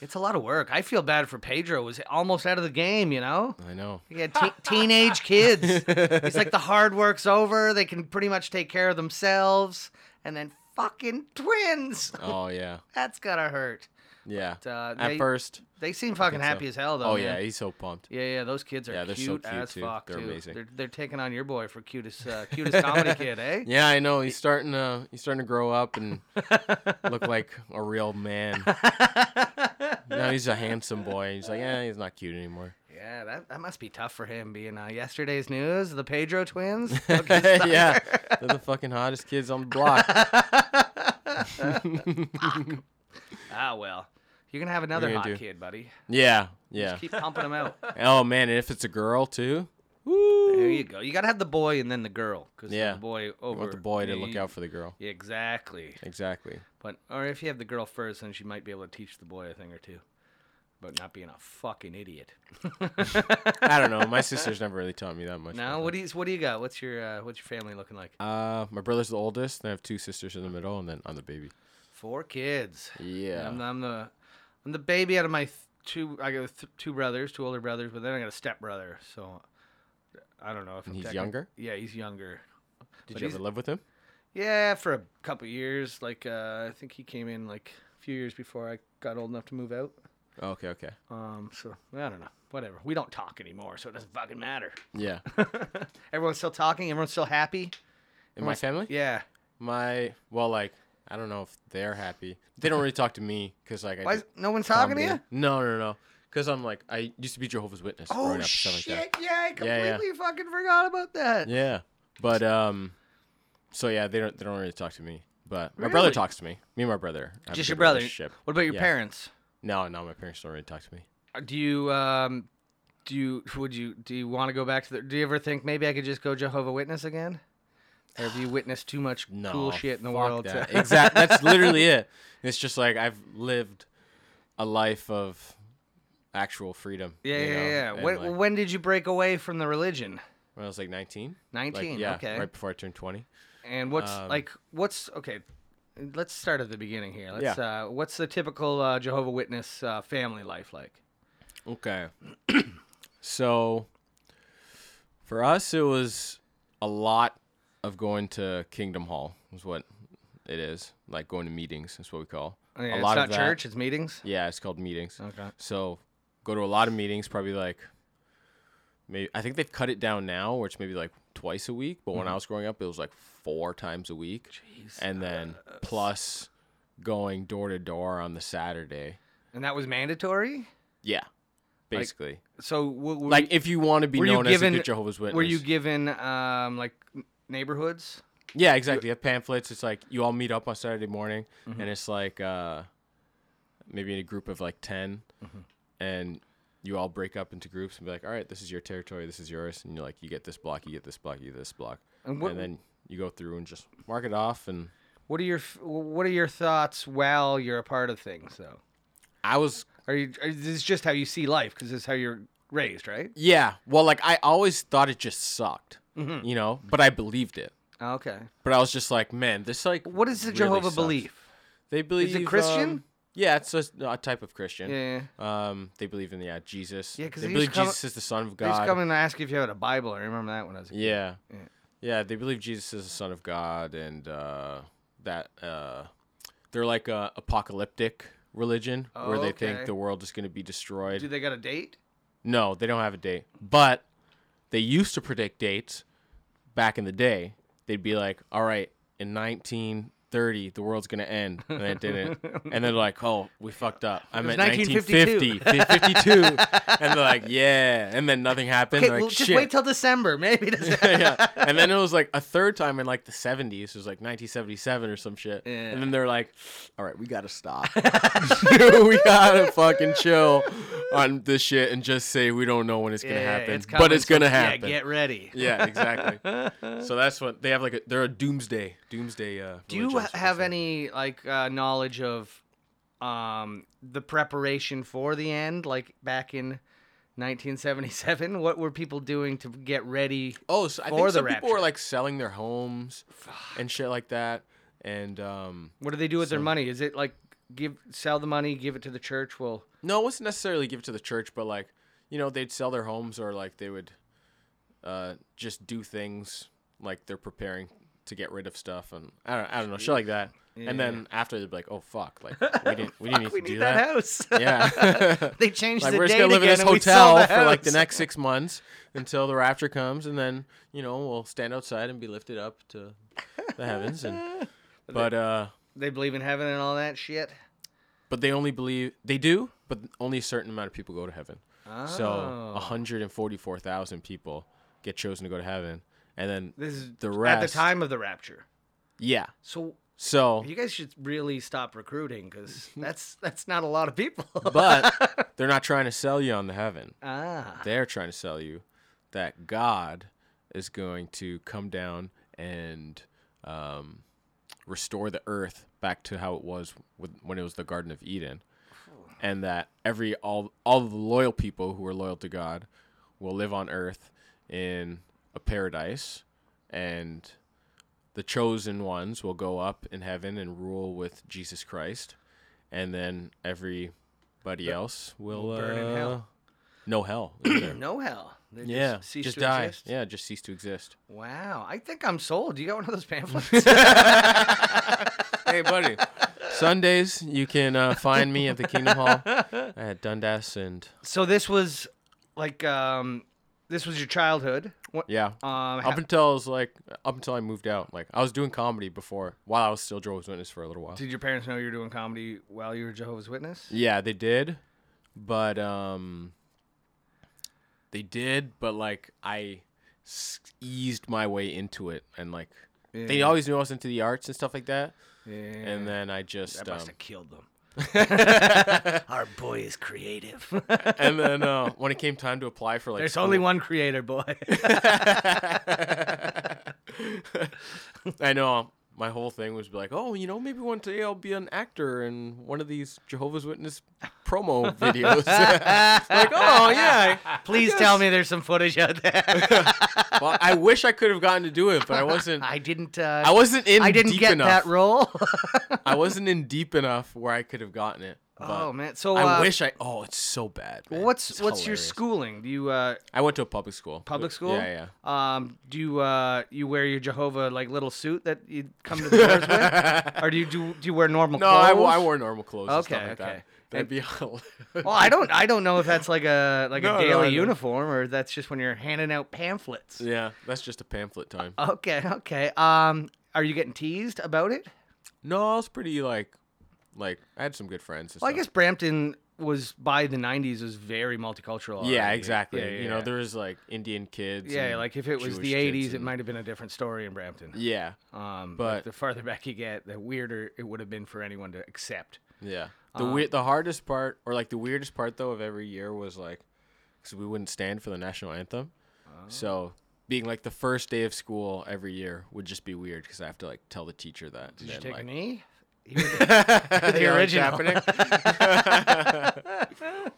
Speaker 2: It's a lot of work. I feel bad for Pedro. He Was almost out of the game, you know.
Speaker 3: I know.
Speaker 2: He had te- teenage kids. It's like the hard work's over. They can pretty much take care of themselves. And then fucking twins.
Speaker 3: Oh yeah,
Speaker 2: That's gotta hurt.
Speaker 3: yeah.
Speaker 2: But, uh,
Speaker 3: At
Speaker 2: they-
Speaker 3: first,
Speaker 2: They seem fucking
Speaker 3: so.
Speaker 2: happy as hell though.
Speaker 3: Oh
Speaker 2: man.
Speaker 3: yeah, he's so pumped.
Speaker 2: Yeah, yeah, those kids are
Speaker 3: Yeah, they're
Speaker 2: cute,
Speaker 3: so cute,
Speaker 2: as
Speaker 3: too.
Speaker 2: fuck
Speaker 3: They're
Speaker 2: too.
Speaker 3: amazing.
Speaker 2: They're they're taking on your boy for cutest uh, cutest comedy kid, eh?
Speaker 3: Yeah, I know. He's starting to he's starting to grow up and look like a real man. now he's a handsome boy. He's like, yeah, he's not cute anymore.
Speaker 2: Yeah, that, that must be tough for him being uh, yesterday's news, the Pedro twins.
Speaker 3: yeah, they're the fucking hottest kids on the block.
Speaker 2: ah well, you're gonna have another
Speaker 3: gonna
Speaker 2: hot
Speaker 3: do?
Speaker 2: kid, buddy.
Speaker 3: Yeah, yeah.
Speaker 2: Keep pumping them out.
Speaker 3: Oh man, and if it's a girl too,
Speaker 2: There you go. You gotta have the boy and then the girl, because
Speaker 3: Yeah.
Speaker 2: the boy over.
Speaker 3: you want the boy to look out for the girl.
Speaker 2: Yeah, exactly.
Speaker 3: Exactly.
Speaker 2: But or if you have the girl first, then she might be able to teach the boy a thing or two about not being a fucking idiot.
Speaker 3: I don't know. My sister's never really taught me that much.
Speaker 2: Now, what do you what do you got? What's your uh, what's your family looking like?
Speaker 3: Uh, my brother's the oldest. Then I have two sisters in the middle, and then I'm the baby.
Speaker 2: Four kids.
Speaker 3: Yeah.
Speaker 2: I'm the, I'm the I'm the baby out of my th- two. I got th- two brothers, two older brothers, but then I got a step brother. So I don't know if I'm
Speaker 3: he's
Speaker 2: technic-
Speaker 3: younger?
Speaker 2: Yeah, he's younger.
Speaker 3: Did
Speaker 2: but
Speaker 3: you
Speaker 2: he's-
Speaker 3: ever live with him?
Speaker 2: Yeah, for a couple years. Like uh, I think he came in like a few years before I got old enough to move out.
Speaker 3: Oh, Okay. Okay.
Speaker 2: Um, so I don't know. Whatever. We don't talk anymore, so it doesn't fucking matter.
Speaker 3: Yeah.
Speaker 2: Everyone's still talking. Everyone's still happy.
Speaker 3: In my family?
Speaker 2: Yeah.
Speaker 3: My well, like I don't know if they're happy. They don't really talk to me because like I
Speaker 2: Why
Speaker 3: do
Speaker 2: is no one's talking to
Speaker 3: comedy.
Speaker 2: you?
Speaker 3: No, no, no. Because I'm like I used to be Jehovah's Witness growing
Speaker 2: Oh
Speaker 3: up, and stuff
Speaker 2: shit!
Speaker 3: like that.
Speaker 2: yeah, I
Speaker 3: Yeah, yeah.
Speaker 2: completely fucking forgot about that.
Speaker 3: Yeah, but um, so yeah, they don't they don't really talk to me. But my brother
Speaker 2: Really?
Speaker 3: talks to me. Me and my brother. have a
Speaker 2: Just
Speaker 3: good
Speaker 2: your brother.
Speaker 3: relationship.
Speaker 2: What about your
Speaker 3: Yeah.
Speaker 2: parents?
Speaker 3: No, no, my parents don't really talk to me.
Speaker 2: Uh, Do you um do you would you do you want to go back to the do you ever think maybe I could just go Jehovah Witness again? Or have you witnessed too much
Speaker 3: No,
Speaker 2: cool shit in the
Speaker 3: fuck
Speaker 2: world?
Speaker 3: That.
Speaker 2: to-
Speaker 3: exactly. That's literally it. It's just like I've lived a life of actual freedom.
Speaker 2: yeah,
Speaker 3: you
Speaker 2: yeah,
Speaker 3: know,
Speaker 2: yeah.
Speaker 3: and,
Speaker 2: When,
Speaker 3: like,
Speaker 2: when did you break away from the religion?
Speaker 3: when I was like 19.
Speaker 2: 19,
Speaker 3: Like, yeah,
Speaker 2: okay.
Speaker 3: right before I turned 20.
Speaker 2: And what's
Speaker 3: Um,
Speaker 2: like what's okay? Let's start at the beginning here. Let's
Speaker 3: Yeah.
Speaker 2: uh what's the typical uh, Jehovah Witness uh, family life like?
Speaker 3: Okay. so for us it was a lot of going to Kingdom Hall is what it is. Like going to meetings is what we call.
Speaker 2: I mean,
Speaker 3: a
Speaker 2: it's
Speaker 3: lot
Speaker 2: not
Speaker 3: of that-
Speaker 2: church, it's meetings.
Speaker 3: Yeah, it's called meetings.
Speaker 2: Okay.
Speaker 3: So go to a lot of meetings, probably like maybe I think they've cut it down now, where it's maybe like twice a week. But
Speaker 2: Mm-hmm.
Speaker 3: when I was growing up, it was like four times a week. And then plus going door to door on the Saturday.
Speaker 2: And that was mandatory?
Speaker 3: Yeah. Basically.
Speaker 2: So w- were
Speaker 3: Like,
Speaker 2: you-
Speaker 3: if you want to be
Speaker 2: were you
Speaker 3: known
Speaker 2: given-
Speaker 3: as a good Jehovah's Witness.
Speaker 2: were you given um like n- neighborhoods?
Speaker 3: Yeah, exactly. You have pamphlets. It's like you all meet up on Saturday morning,
Speaker 2: Mm-hmm.
Speaker 3: and it's like uh, maybe in a group of like 10
Speaker 2: Mm-hmm.
Speaker 3: and you all break up into groups and be like, "All right, this is your territory. This is yours." And you're like, "You get this block. You get this block. You get this block."
Speaker 2: And
Speaker 3: And,
Speaker 2: what-
Speaker 3: then you go through and just mark it off. And
Speaker 2: What are your f- What are your thoughts while you're a part of things, though?
Speaker 3: I was,
Speaker 2: Are you? Are, this is just how you see life because this is how you're raised, right?
Speaker 3: yeah. Well, like I always thought it just sucked,
Speaker 2: Mm-hmm.
Speaker 3: you know, but I believed it.
Speaker 2: Okay.
Speaker 3: But I was just like, man, this like
Speaker 2: What is the
Speaker 3: really
Speaker 2: Jehovah
Speaker 3: sucks."
Speaker 2: belief?
Speaker 3: They believe
Speaker 2: Christian?
Speaker 3: um, yeah, it's a, a type of Christian.
Speaker 2: Yeah.
Speaker 3: Um, they believe in yeah Jesus.
Speaker 2: Yeah, 'cause
Speaker 3: they
Speaker 2: they
Speaker 3: believe
Speaker 2: used to come-
Speaker 3: Jesus is the Son of
Speaker 2: They just
Speaker 3: God.
Speaker 2: come in and ask you if you had a Bible. I remember that when I was. A kid.
Speaker 3: yeah. yeah, they believe Jesus is the Son of God, and uh, that uh, they're like a apocalyptic religion where they
Speaker 2: Okay.
Speaker 3: think the world is going to be destroyed.
Speaker 2: Do they got a date?
Speaker 3: No, they don't have a date, but they used to predict dates back in the day. They'd be like, "All right, in 1930, the world's gonna end," and it didn't. and they're like, "Oh, we fucked up." I meant
Speaker 2: 1952.
Speaker 3: 1950, 52, and they're like, "Yeah," and then nothing happened.
Speaker 2: Okay,
Speaker 3: They're like,
Speaker 2: well, just
Speaker 3: Shit.
Speaker 2: wait till December. Maybe. That's,
Speaker 3: yeah. And then it was like a third time in like the 70s. It was like 1977 or some shit. And then they're like, all right, we got to stop. we got to fucking chill on this shit and just say we don't know when it's going to happen. but
Speaker 2: coming,
Speaker 3: it's going to
Speaker 2: so-
Speaker 3: happen.
Speaker 2: Yeah, get ready.
Speaker 3: Yeah, exactly. so that's what they have like a, they're a doomsday, doomsday. Uh,
Speaker 2: Do you
Speaker 3: religion,
Speaker 2: ha-
Speaker 3: so to
Speaker 2: have
Speaker 3: say.
Speaker 2: any like uh, knowledge of um, the preparation for the end, like back in 1977? What were people doing to get ready?
Speaker 3: Oh, so I
Speaker 2: for
Speaker 3: think
Speaker 2: the
Speaker 3: some people were
Speaker 2: rapture?
Speaker 3: like selling their homes and shit like that. And um,
Speaker 2: What do they do with their money? Is it like give sell the money, give it to the church? Well,
Speaker 3: No, it wasn't necessarily give it to the church, but like, you know, they'd sell their homes or like they would uh, just do things like they're preparing to get rid of stuff and I don't, I don't know, shit like that. And then after they'd be like, "Oh fuck! Like we didn't we didn't need
Speaker 2: we
Speaker 3: to
Speaker 2: need
Speaker 3: do
Speaker 2: that,
Speaker 3: that."
Speaker 2: house.
Speaker 3: Yeah.
Speaker 2: they changed
Speaker 3: like
Speaker 2: the
Speaker 3: we're just
Speaker 2: date
Speaker 3: gonna live in
Speaker 2: again
Speaker 3: this
Speaker 2: and we sell
Speaker 3: hotel for like the
Speaker 2: house.
Speaker 3: next six months until the rapture comes, and then you know we'll stand outside and be lifted up to the heavens. And but uh,
Speaker 2: They believe in heaven and all that shit.
Speaker 3: but they only believe they do, but only a certain amount of people go to heaven. So
Speaker 2: Oh.
Speaker 3: 144,000 people get chosen to go to heaven, and then
Speaker 2: This is
Speaker 3: the rest.
Speaker 2: at the time of the rapture.
Speaker 3: yeah.
Speaker 2: So
Speaker 3: So
Speaker 2: you guys should really stop recruiting because that's that's not a lot of people.
Speaker 3: but they're not trying to sell you on the heaven.
Speaker 2: ah,
Speaker 3: They're trying to sell you that God is going to come down and um, restore the earth back to how it was with, when it was the Garden of Eden, and that every all all of the loyal people who are loyal to God will live on earth in a paradise, and the chosen ones will go up in heaven and rule with Jesus Christ, and then everybody else will
Speaker 2: burn in
Speaker 3: uh,
Speaker 2: hell.
Speaker 3: No hell. either.
Speaker 2: no hell. They
Speaker 3: yeah,
Speaker 2: just, cease
Speaker 3: just
Speaker 2: to
Speaker 3: die.
Speaker 2: exist?
Speaker 3: Yeah, just cease to exist.
Speaker 2: Wow, I think I'm sold. You got one of those pamphlets?
Speaker 3: hey, buddy. Sundays, you can uh, find me at the Kingdom Hall at Dundas, and
Speaker 2: so this was like um, this was your childhood. What,
Speaker 3: yeah,
Speaker 2: Um, ha-
Speaker 3: up until I was like, up until I moved out, like I was doing comedy before while I was still Jehovah's Witness for a little while.
Speaker 2: did your parents know you were doing comedy while you were Jehovah's Witness?
Speaker 3: Yeah, they did, but um, they did, but like I s- eased my way into it, and like they
Speaker 2: Yeah.
Speaker 3: always knew I was into the arts and stuff like that,
Speaker 2: Yeah.
Speaker 3: and then I just
Speaker 2: that
Speaker 3: um,
Speaker 2: must have killed them. Our boy is creative.
Speaker 3: and then uh, when it came time to apply for like
Speaker 2: There's
Speaker 3: school-
Speaker 2: only one creator, boy.
Speaker 3: I know my whole thing was like, oh, you know, maybe one day I'll be an actor in one of these Jehovah's Witness promo videos. like, oh yeah, I-
Speaker 2: Please tell me there's some footage out there.
Speaker 3: well, I wish I could have gotten to do it, but I wasn't.
Speaker 2: I didn't. Uh,
Speaker 3: I wasn't in.
Speaker 2: I didn't
Speaker 3: deep
Speaker 2: get
Speaker 3: enough.
Speaker 2: that role.
Speaker 3: I wasn't in deep enough where I could have gotten it. But
Speaker 2: oh man. So
Speaker 3: I
Speaker 2: uh,
Speaker 3: wish I. Oh, it's so bad. man.
Speaker 2: What's
Speaker 3: It's
Speaker 2: what's
Speaker 3: hilarious.
Speaker 2: your schooling? Do you uh,
Speaker 3: I went to a public school.
Speaker 2: public school?
Speaker 3: Yeah,
Speaker 2: yeah. Um, do you uh, you wear your Jehovah like little suit that you come to the doors with,
Speaker 3: yeah.
Speaker 2: or do you do, do you wear normal
Speaker 3: no,
Speaker 2: clothes?
Speaker 3: I, wo- I wore normal clothes. and stuff
Speaker 2: Okay,
Speaker 3: like
Speaker 2: okay.
Speaker 3: That. That'd be hilarious.
Speaker 2: Well, I don't. I don't know if that's like a like
Speaker 3: No,
Speaker 2: a
Speaker 3: no, I
Speaker 2: daily
Speaker 3: don't.
Speaker 2: uniform or that's just when you're handing out pamphlets.
Speaker 3: Yeah, that's just a pamphlet time.
Speaker 2: Okay, okay. Um, are you getting teased about it?
Speaker 3: No, I was pretty like, like I had some good friends. and
Speaker 2: Well, I
Speaker 3: stuff.
Speaker 2: guess Brampton was by the '90s was very multicultural.
Speaker 3: Yeah,
Speaker 2: already.
Speaker 3: exactly.
Speaker 2: Yeah, yeah,
Speaker 3: you know,
Speaker 2: yeah.
Speaker 3: there was like Indian kids.
Speaker 2: Yeah,
Speaker 3: and
Speaker 2: like if it was the
Speaker 3: Jewish kids
Speaker 2: '80s, it
Speaker 3: and-
Speaker 2: might have been a different story in Brampton.
Speaker 3: Yeah,
Speaker 2: Um, but
Speaker 3: But-
Speaker 2: the farther back you get, the weirder it would have been for anyone to accept.
Speaker 3: yeah. The
Speaker 2: Uh,
Speaker 3: we- the hardest part, or like the weirdest part though, of every year was like, because we wouldn't stand for the national anthem,
Speaker 2: Oh.
Speaker 3: so being like the first day of school every year would just be weird because I have to like tell the teacher that.
Speaker 2: Did you
Speaker 3: and
Speaker 2: take
Speaker 3: then,
Speaker 2: a
Speaker 3: like,
Speaker 2: knee?
Speaker 3: the
Speaker 2: original.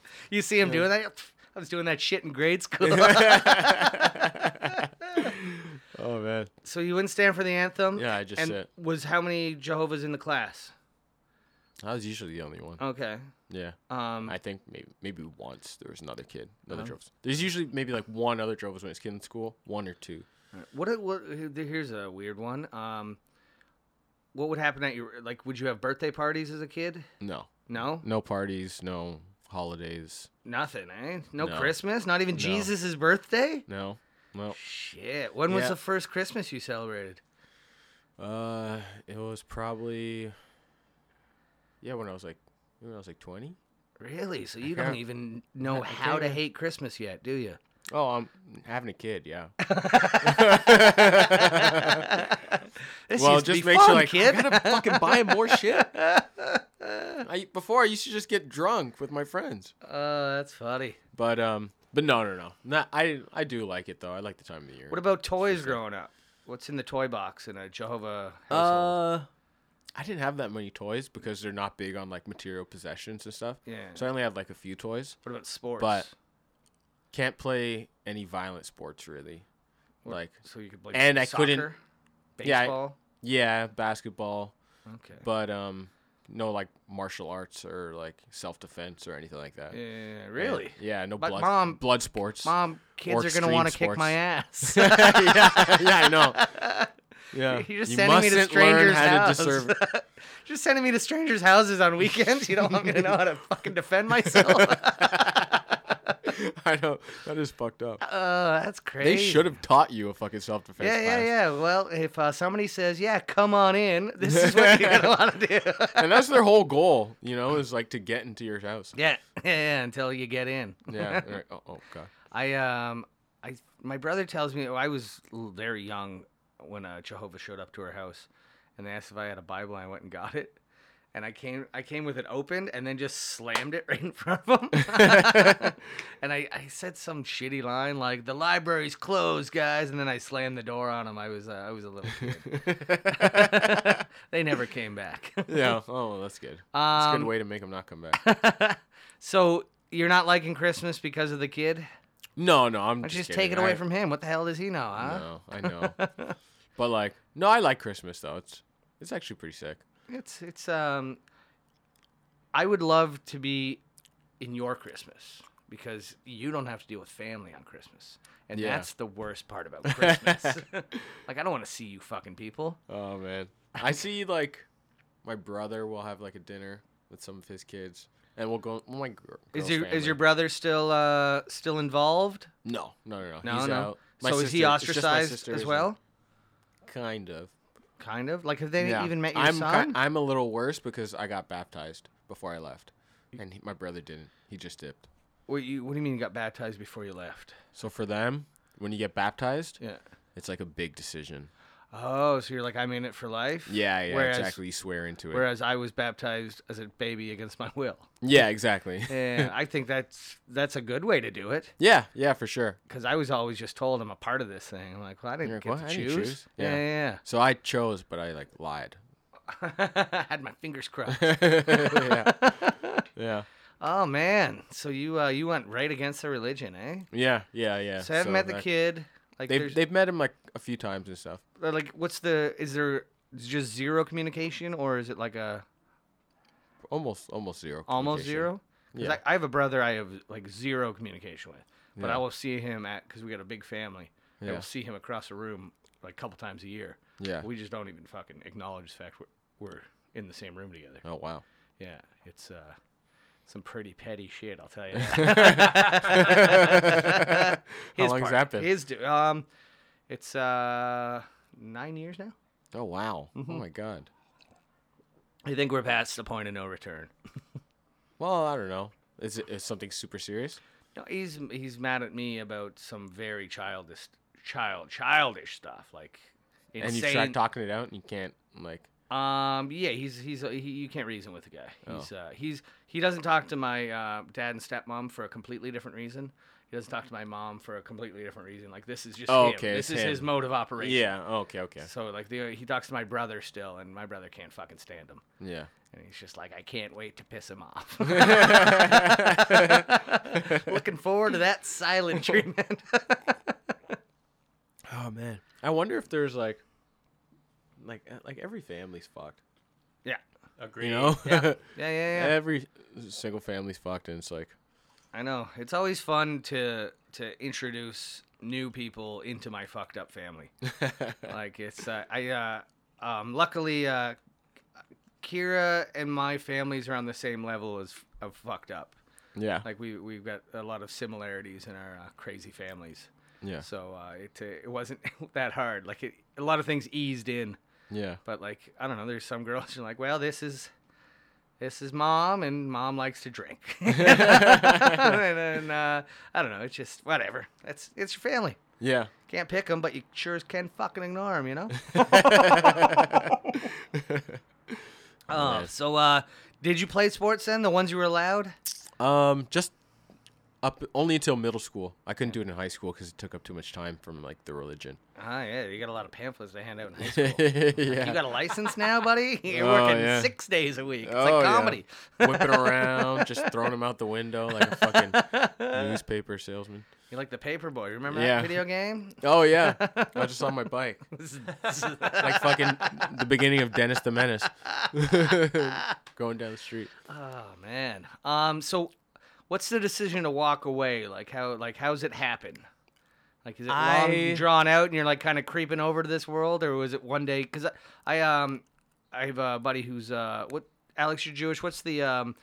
Speaker 2: You see him doing that? Pff, I was doing that shit in grade school.
Speaker 3: oh man.
Speaker 2: so you wouldn't stand for the anthem?
Speaker 3: Yeah, I just
Speaker 2: and
Speaker 3: sit.
Speaker 2: Was how many Jehovah's in the class?
Speaker 3: I was usually the only one.
Speaker 2: Okay.
Speaker 3: Yeah.
Speaker 2: Um,
Speaker 3: I think maybe maybe once there was another kid, another Jehovah's. There's usually maybe like one other Jehovah's Witness kid in school, one or two.
Speaker 2: what? it- What? Here's a weird one. Um, what would happen at your like? Would you have birthday parties as a kid?
Speaker 3: No,
Speaker 2: No,
Speaker 3: no parties, no holidays,
Speaker 2: nothing. Eh? No,
Speaker 3: No.
Speaker 2: Christmas. Not even Jesus' birthday.
Speaker 3: no, no.
Speaker 2: Shit. When was
Speaker 3: Yeah.
Speaker 2: the first Christmas you celebrated?
Speaker 3: Uh, it was probably yeah when I was like when I was like 20.
Speaker 2: Really? So you don't
Speaker 3: can't-
Speaker 2: even know how to hate Christmas yet, do you?
Speaker 3: Oh, I'm having a kid, yeah.
Speaker 2: This
Speaker 3: well,
Speaker 2: used to
Speaker 3: just
Speaker 2: be
Speaker 3: make
Speaker 2: fun,
Speaker 3: sure like
Speaker 2: kid.
Speaker 3: I gotta fucking buy him more shit. I before I used to just get drunk with my friends.
Speaker 2: Oh, that's funny.
Speaker 3: But um, but no, no, no. Not, I I do like it though. I like the time of the year.
Speaker 2: What about toys growing up? What's in the toy box in a Jehovah household?
Speaker 3: Uh, I didn't have that many toys because they're not big on like material possessions and stuff.
Speaker 2: Yeah.
Speaker 3: So I only had like a few toys.
Speaker 2: what about sports?
Speaker 3: but- Can't play any violent sports really. Like
Speaker 2: so you could play
Speaker 3: and I
Speaker 2: soccer,
Speaker 3: couldn't- yeah, I-
Speaker 2: baseball.
Speaker 3: yeah, basketball,
Speaker 2: okay.
Speaker 3: but um, no like martial arts or like self defense or anything like that.
Speaker 2: yeah, really?
Speaker 3: Yeah, no
Speaker 2: But
Speaker 3: blood
Speaker 2: mom-
Speaker 3: blood sports.
Speaker 2: Mom, kids
Speaker 3: Or
Speaker 2: are gonna
Speaker 3: extreme
Speaker 2: want to kick
Speaker 3: sports.
Speaker 2: my ass.
Speaker 3: yeah, yeah, I know. Yeah.
Speaker 2: You're just
Speaker 3: You
Speaker 2: sending me to
Speaker 3: mustn't
Speaker 2: strangers'
Speaker 3: learn how to
Speaker 2: house.
Speaker 3: deserve-
Speaker 2: just sending me to strangers' houses on weekends. You don't want me to know how to fucking defend myself.
Speaker 3: I know that is fucked up.
Speaker 2: Uh, that's crazy.
Speaker 3: They should have taught you a fucking self defense.
Speaker 2: Yeah, yeah,
Speaker 3: class.
Speaker 2: yeah. Well, if uh, somebody says, "Yeah, come on in," this is what you're gonna want to do.
Speaker 3: And that's their whole goal, you know, is like to get into your house.
Speaker 2: yeah, yeah, yeah. Until you get in.
Speaker 3: Yeah. right. Oh, oh god.
Speaker 2: I um I my brother tells me I was l- very young when uh, Jehovah showed up to our house, and they asked if I had a Bible. and I went and got it, and I came I came with it opened and then just slammed it right in front of him. and I, I said some shitty line like the library's closed, guys, and then I slammed the door on him. I was uh, I was a little kid. they never came back.
Speaker 3: Yeah. Oh, well, that's good. It's a
Speaker 2: Um,
Speaker 3: good way to make them not come back.
Speaker 2: so you're not liking Christmas because of the kid?
Speaker 3: No, no, I'm
Speaker 2: Why don't
Speaker 3: just,
Speaker 2: you just
Speaker 3: kidding.
Speaker 2: take it away
Speaker 3: I-
Speaker 2: from him? What the hell does he know? Huh?
Speaker 3: No, I know. but like, no, I like Christmas though. It's it's actually pretty sick.
Speaker 2: It's it's um I would love to be in your Christmas because you don't have to deal with family on Christmas. And
Speaker 3: Yeah.
Speaker 2: that's the worst part about Christmas. like I don't want to see you fucking people.
Speaker 3: Oh man, I see like my brother will have like a dinner with some of his kids, and we'll go. My gr-
Speaker 2: Is
Speaker 3: girl's
Speaker 2: your is
Speaker 3: family.
Speaker 2: your brother still uh still involved?
Speaker 3: no no no no
Speaker 2: No,
Speaker 3: he's
Speaker 2: no.
Speaker 3: out. My
Speaker 2: so is he
Speaker 3: sister- it's just my
Speaker 2: ostracized
Speaker 3: sister
Speaker 2: as
Speaker 3: isn't.
Speaker 2: well?
Speaker 3: Kind of.
Speaker 2: Kind of. Like have they even met your
Speaker 3: I'm ki-
Speaker 2: son?
Speaker 3: I'm a little worse because I got baptized before I left, and he, my brother didn't. He just dipped.
Speaker 2: what, you, what do you mean you got baptized before you left?
Speaker 3: So for them, when you get baptized,
Speaker 2: Yeah.
Speaker 3: it's like a big decision.
Speaker 2: Oh, so you're like I'm in it for life?
Speaker 3: Yeah, yeah,
Speaker 2: Whereas-
Speaker 3: exactly. You swear into it.
Speaker 2: Whereas I was baptized as a baby against my will.
Speaker 3: yeah, exactly.
Speaker 2: And I think that's that's a good way to do it
Speaker 3: Yeah, yeah, for sure.
Speaker 2: because I was always just told I'm a part of this thing. I'm like, well, I didn't
Speaker 3: You're like,
Speaker 2: get
Speaker 3: "What?
Speaker 2: to
Speaker 3: I didn't
Speaker 2: choose.
Speaker 3: choose."
Speaker 2: Yeah,
Speaker 3: Yeah.
Speaker 2: yeah.
Speaker 3: So I chose, but I like lied.
Speaker 2: yeah. I had my fingers crossed.
Speaker 3: yeah. yeah,
Speaker 2: oh man, so you uh, you went right against the religion, eh?
Speaker 3: yeah, yeah, yeah.
Speaker 2: So I haven't met the
Speaker 3: that-
Speaker 2: kid. Like,
Speaker 3: They've
Speaker 2: there's-
Speaker 3: they've met him like a few times and stuff.
Speaker 2: they're like, what's the? Is there is just zero communication, or is it like a
Speaker 3: Almost, almost zero.
Speaker 2: almost
Speaker 3: communication.
Speaker 2: zero? 'Cause
Speaker 3: Yeah.
Speaker 2: I, I have a brother I have like zero communication with, but
Speaker 3: Yeah.
Speaker 2: I will see him at because we got a big family. I
Speaker 3: Yeah.
Speaker 2: will see him across the room like a couple times a year.
Speaker 3: Yeah.
Speaker 2: We just don't even fucking acknowledge the fact we're, we're in the same room together.
Speaker 3: Oh wow.
Speaker 2: Yeah, it's uh, some pretty petty shit, I'll tell you. That.
Speaker 3: How
Speaker 2: His
Speaker 3: long has
Speaker 2: part,
Speaker 3: that been?
Speaker 2: His do- um, it's uh nine years now.
Speaker 3: Oh wow.
Speaker 2: Mm-hmm.
Speaker 3: Oh my god.
Speaker 2: I think we're past the point of no return.
Speaker 3: Well, I don't know. Is it is something super serious?
Speaker 2: No, he's he's mad at me about some very childish, child childish stuff like insane.
Speaker 3: And you've tried talking it out, and you can't like.
Speaker 2: Um. Yeah. He's he's he, you can't reason with the guy.
Speaker 3: Oh.
Speaker 2: He's uh, he's he doesn't talk to my uh, dad and stepmom for a completely different reason. He doesn't talk to my mom for a completely different reason. Like this is just
Speaker 3: Oh,
Speaker 2: him.
Speaker 3: okay,
Speaker 2: This
Speaker 3: it's
Speaker 2: is his
Speaker 3: him.
Speaker 2: mode of operation.
Speaker 3: Yeah. Oh, Okay. Okay.
Speaker 2: So like the, he talks to my brother still, and my brother can't fucking stand him.
Speaker 3: Yeah.
Speaker 2: And he's just like, I can't wait to piss him off. Looking forward to that silent treatment.
Speaker 3: Oh man. I wonder if there's like, like uh, like every family's fucked.
Speaker 2: yeah.
Speaker 4: Agree.
Speaker 3: You know.
Speaker 2: Yeah. Yeah. Yeah. Yeah.
Speaker 3: Every single family's fucked, and it's like,
Speaker 2: I know. It's always fun to to introduce new people into my fucked up family. like it's uh, I uh, um, luckily uh, Kira and my families are on the same level as of fucked up.
Speaker 3: yeah,
Speaker 2: Like we we've got a lot of similarities in our uh, crazy families.
Speaker 3: yeah,
Speaker 2: So uh, it uh, it wasn't that hard. Like it, a lot of things eased in,
Speaker 3: yeah,
Speaker 2: but like I don't know. There's some girls who are like, well, this is. This is mom, and mom likes to drink. and then uh, I don't know. It's just whatever. That's it's your family.
Speaker 3: yeah.
Speaker 2: Can't pick them, but you sure as can fucking ignore them, you know? oh, so uh, did you play sports then? The ones you were allowed?
Speaker 3: Um, just up only until middle school. I couldn't do it in high school because it took up too much time from like the religion.
Speaker 2: Ah, yeah, you got a lot of pamphlets to hand out in high school. You
Speaker 3: yeah.
Speaker 2: got a license now, buddy? You're
Speaker 3: Oh,
Speaker 2: working
Speaker 3: yeah.
Speaker 2: six days a week. It's
Speaker 3: Oh,
Speaker 2: like
Speaker 3: yeah.
Speaker 2: comedy.
Speaker 3: Whipping around, just throwing them out the window like a fucking newspaper salesman.
Speaker 2: You're like the paper boy. Remember
Speaker 3: Yeah.
Speaker 2: that video game?
Speaker 3: Oh yeah, I was just on my bike,
Speaker 2: oh,
Speaker 3: like fucking the beginning of Dennis the Menace, going down the street.
Speaker 2: Ah, man. Um, so what's the decision to walk away? Like how like how's it happen? Like, is it long
Speaker 3: I-
Speaker 2: and drawn out, and you're like kind of creeping over to this world, or was it one day? Because I, I um, I have a buddy who's uh, what Alex, you're Jewish. What's the um,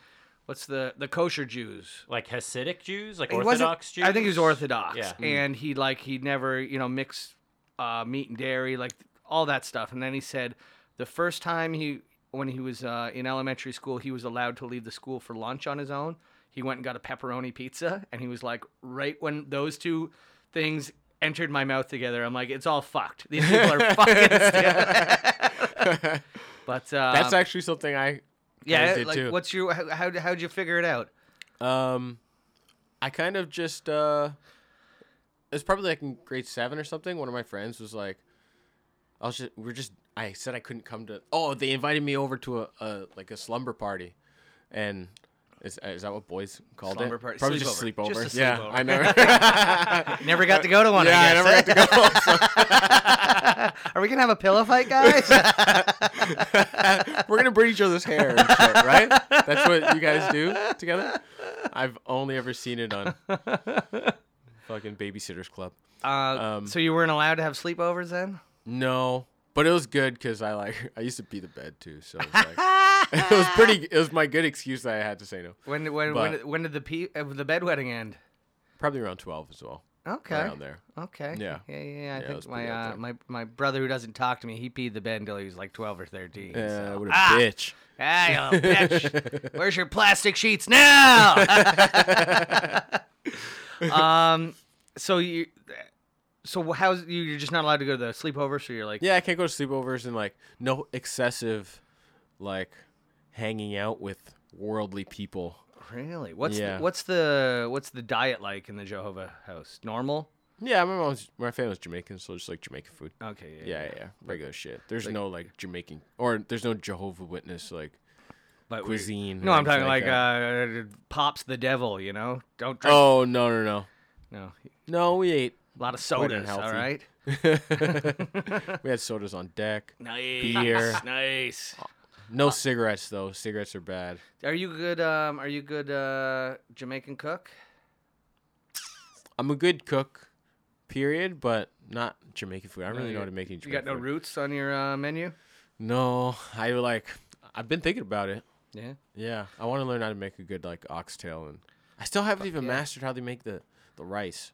Speaker 2: what's the the kosher Jews?
Speaker 4: Like Hasidic Jews, like
Speaker 2: He wasn't-
Speaker 4: Orthodox Jews.
Speaker 2: I think he was Orthodox,
Speaker 4: Yeah.
Speaker 2: and
Speaker 3: Mm-hmm.
Speaker 2: he like he never you know mixed uh, meat and dairy, like all that stuff. And then he said the first time he when he was uh, in elementary school, he was allowed to leave the school for lunch on his own. He went and got a pepperoni pizza, and he was like, right when those two things entered my mouth together, I'm like, it's all fucked. These people are fucking. stupid." but uh,
Speaker 3: That's actually something I
Speaker 2: yeah.
Speaker 3: did
Speaker 2: Like,
Speaker 3: too.
Speaker 2: what's your how how how'd you figure it out?
Speaker 3: Um, I kind of just uh, it was probably like in grade seven or something. One of my friends was like, "I was just we're just." I said I couldn't come to. Oh, they invited me over to a, a like a slumber party, and is, is that what boys called
Speaker 2: Slumber
Speaker 3: it?
Speaker 2: party-
Speaker 3: Probably just
Speaker 2: sleepover.
Speaker 3: sleepover.
Speaker 2: Just a
Speaker 3: yeah,
Speaker 2: sleepover.
Speaker 3: I never.
Speaker 2: Never got to go to one.
Speaker 3: yeah,
Speaker 2: I,
Speaker 3: I,
Speaker 2: guess,
Speaker 3: never
Speaker 2: eh?
Speaker 3: got to go.
Speaker 2: Are we gonna have a pillow fight, guys?
Speaker 3: We're gonna braid each other's hair, and shit, right? That's what you guys do together. I've only ever seen it on fucking Babysitters Club.
Speaker 2: uh,
Speaker 3: Um,
Speaker 2: so you weren't allowed to have sleepovers then?
Speaker 3: No, but it was good because I like I used to be the bed too, so it was, like, it was pretty. It was my good excuse that I had to say no.
Speaker 2: When when when,
Speaker 3: But-
Speaker 2: when did the pe- uh, the bedwetting end?
Speaker 3: Probably around twelve as well.
Speaker 2: Okay.
Speaker 3: around there.
Speaker 2: Okay.
Speaker 3: Yeah.
Speaker 2: Yeah, yeah. yeah. I
Speaker 3: it was
Speaker 2: think my
Speaker 3: pretty out
Speaker 2: uh,
Speaker 3: there.
Speaker 2: my my brother who doesn't talk to me, he peed the bed until he was like twelve or thirteen.
Speaker 3: Yeah,
Speaker 2: so.
Speaker 3: what a bitch.
Speaker 2: Ah, you little bitch. Where's your plastic sheets now? um, so you, so how's you? You're just not allowed to go to the sleepover. So you're like,
Speaker 3: Yeah, I can't go to sleepovers and like no excessive, like hanging out with worldly people.
Speaker 2: really? What's
Speaker 3: Yeah.
Speaker 2: the, what's the what's the diet like in the Jehovah house? Normal?
Speaker 3: Yeah, my mom's my family's Jamaican, so just like Jamaican food.
Speaker 2: Okay.
Speaker 3: Yeah, yeah, yeah. regular shit. There's no like Jamaican or there's no Jehovah Witness like
Speaker 2: But we-
Speaker 3: cuisine. or
Speaker 2: No, I'm
Speaker 3: anything
Speaker 2: talking like,
Speaker 3: that.
Speaker 2: uh, pops the devil. You know, don't drink.
Speaker 3: oh no no no
Speaker 2: No,
Speaker 3: no we ate
Speaker 2: a lot of sodas. All
Speaker 3: unhealthy.
Speaker 2: right.
Speaker 3: We had sodas on deck.
Speaker 2: Nice.
Speaker 3: Beer.
Speaker 2: Nice.
Speaker 3: No cigarettes though. Cigarettes are bad.
Speaker 2: Are you good? Um, are you good uh, Jamaican cook?
Speaker 3: I'm a good cook, period, but not Jamaican food. I don't really know how to make any
Speaker 2: You
Speaker 3: Jamaican
Speaker 2: got no
Speaker 3: food.
Speaker 2: roots on your uh, menu.
Speaker 3: No, I like. I've been thinking about it.
Speaker 2: Yeah.
Speaker 3: Yeah, I want to learn how to make a good like oxtail, and I still haven't even mastered how they make the the rice.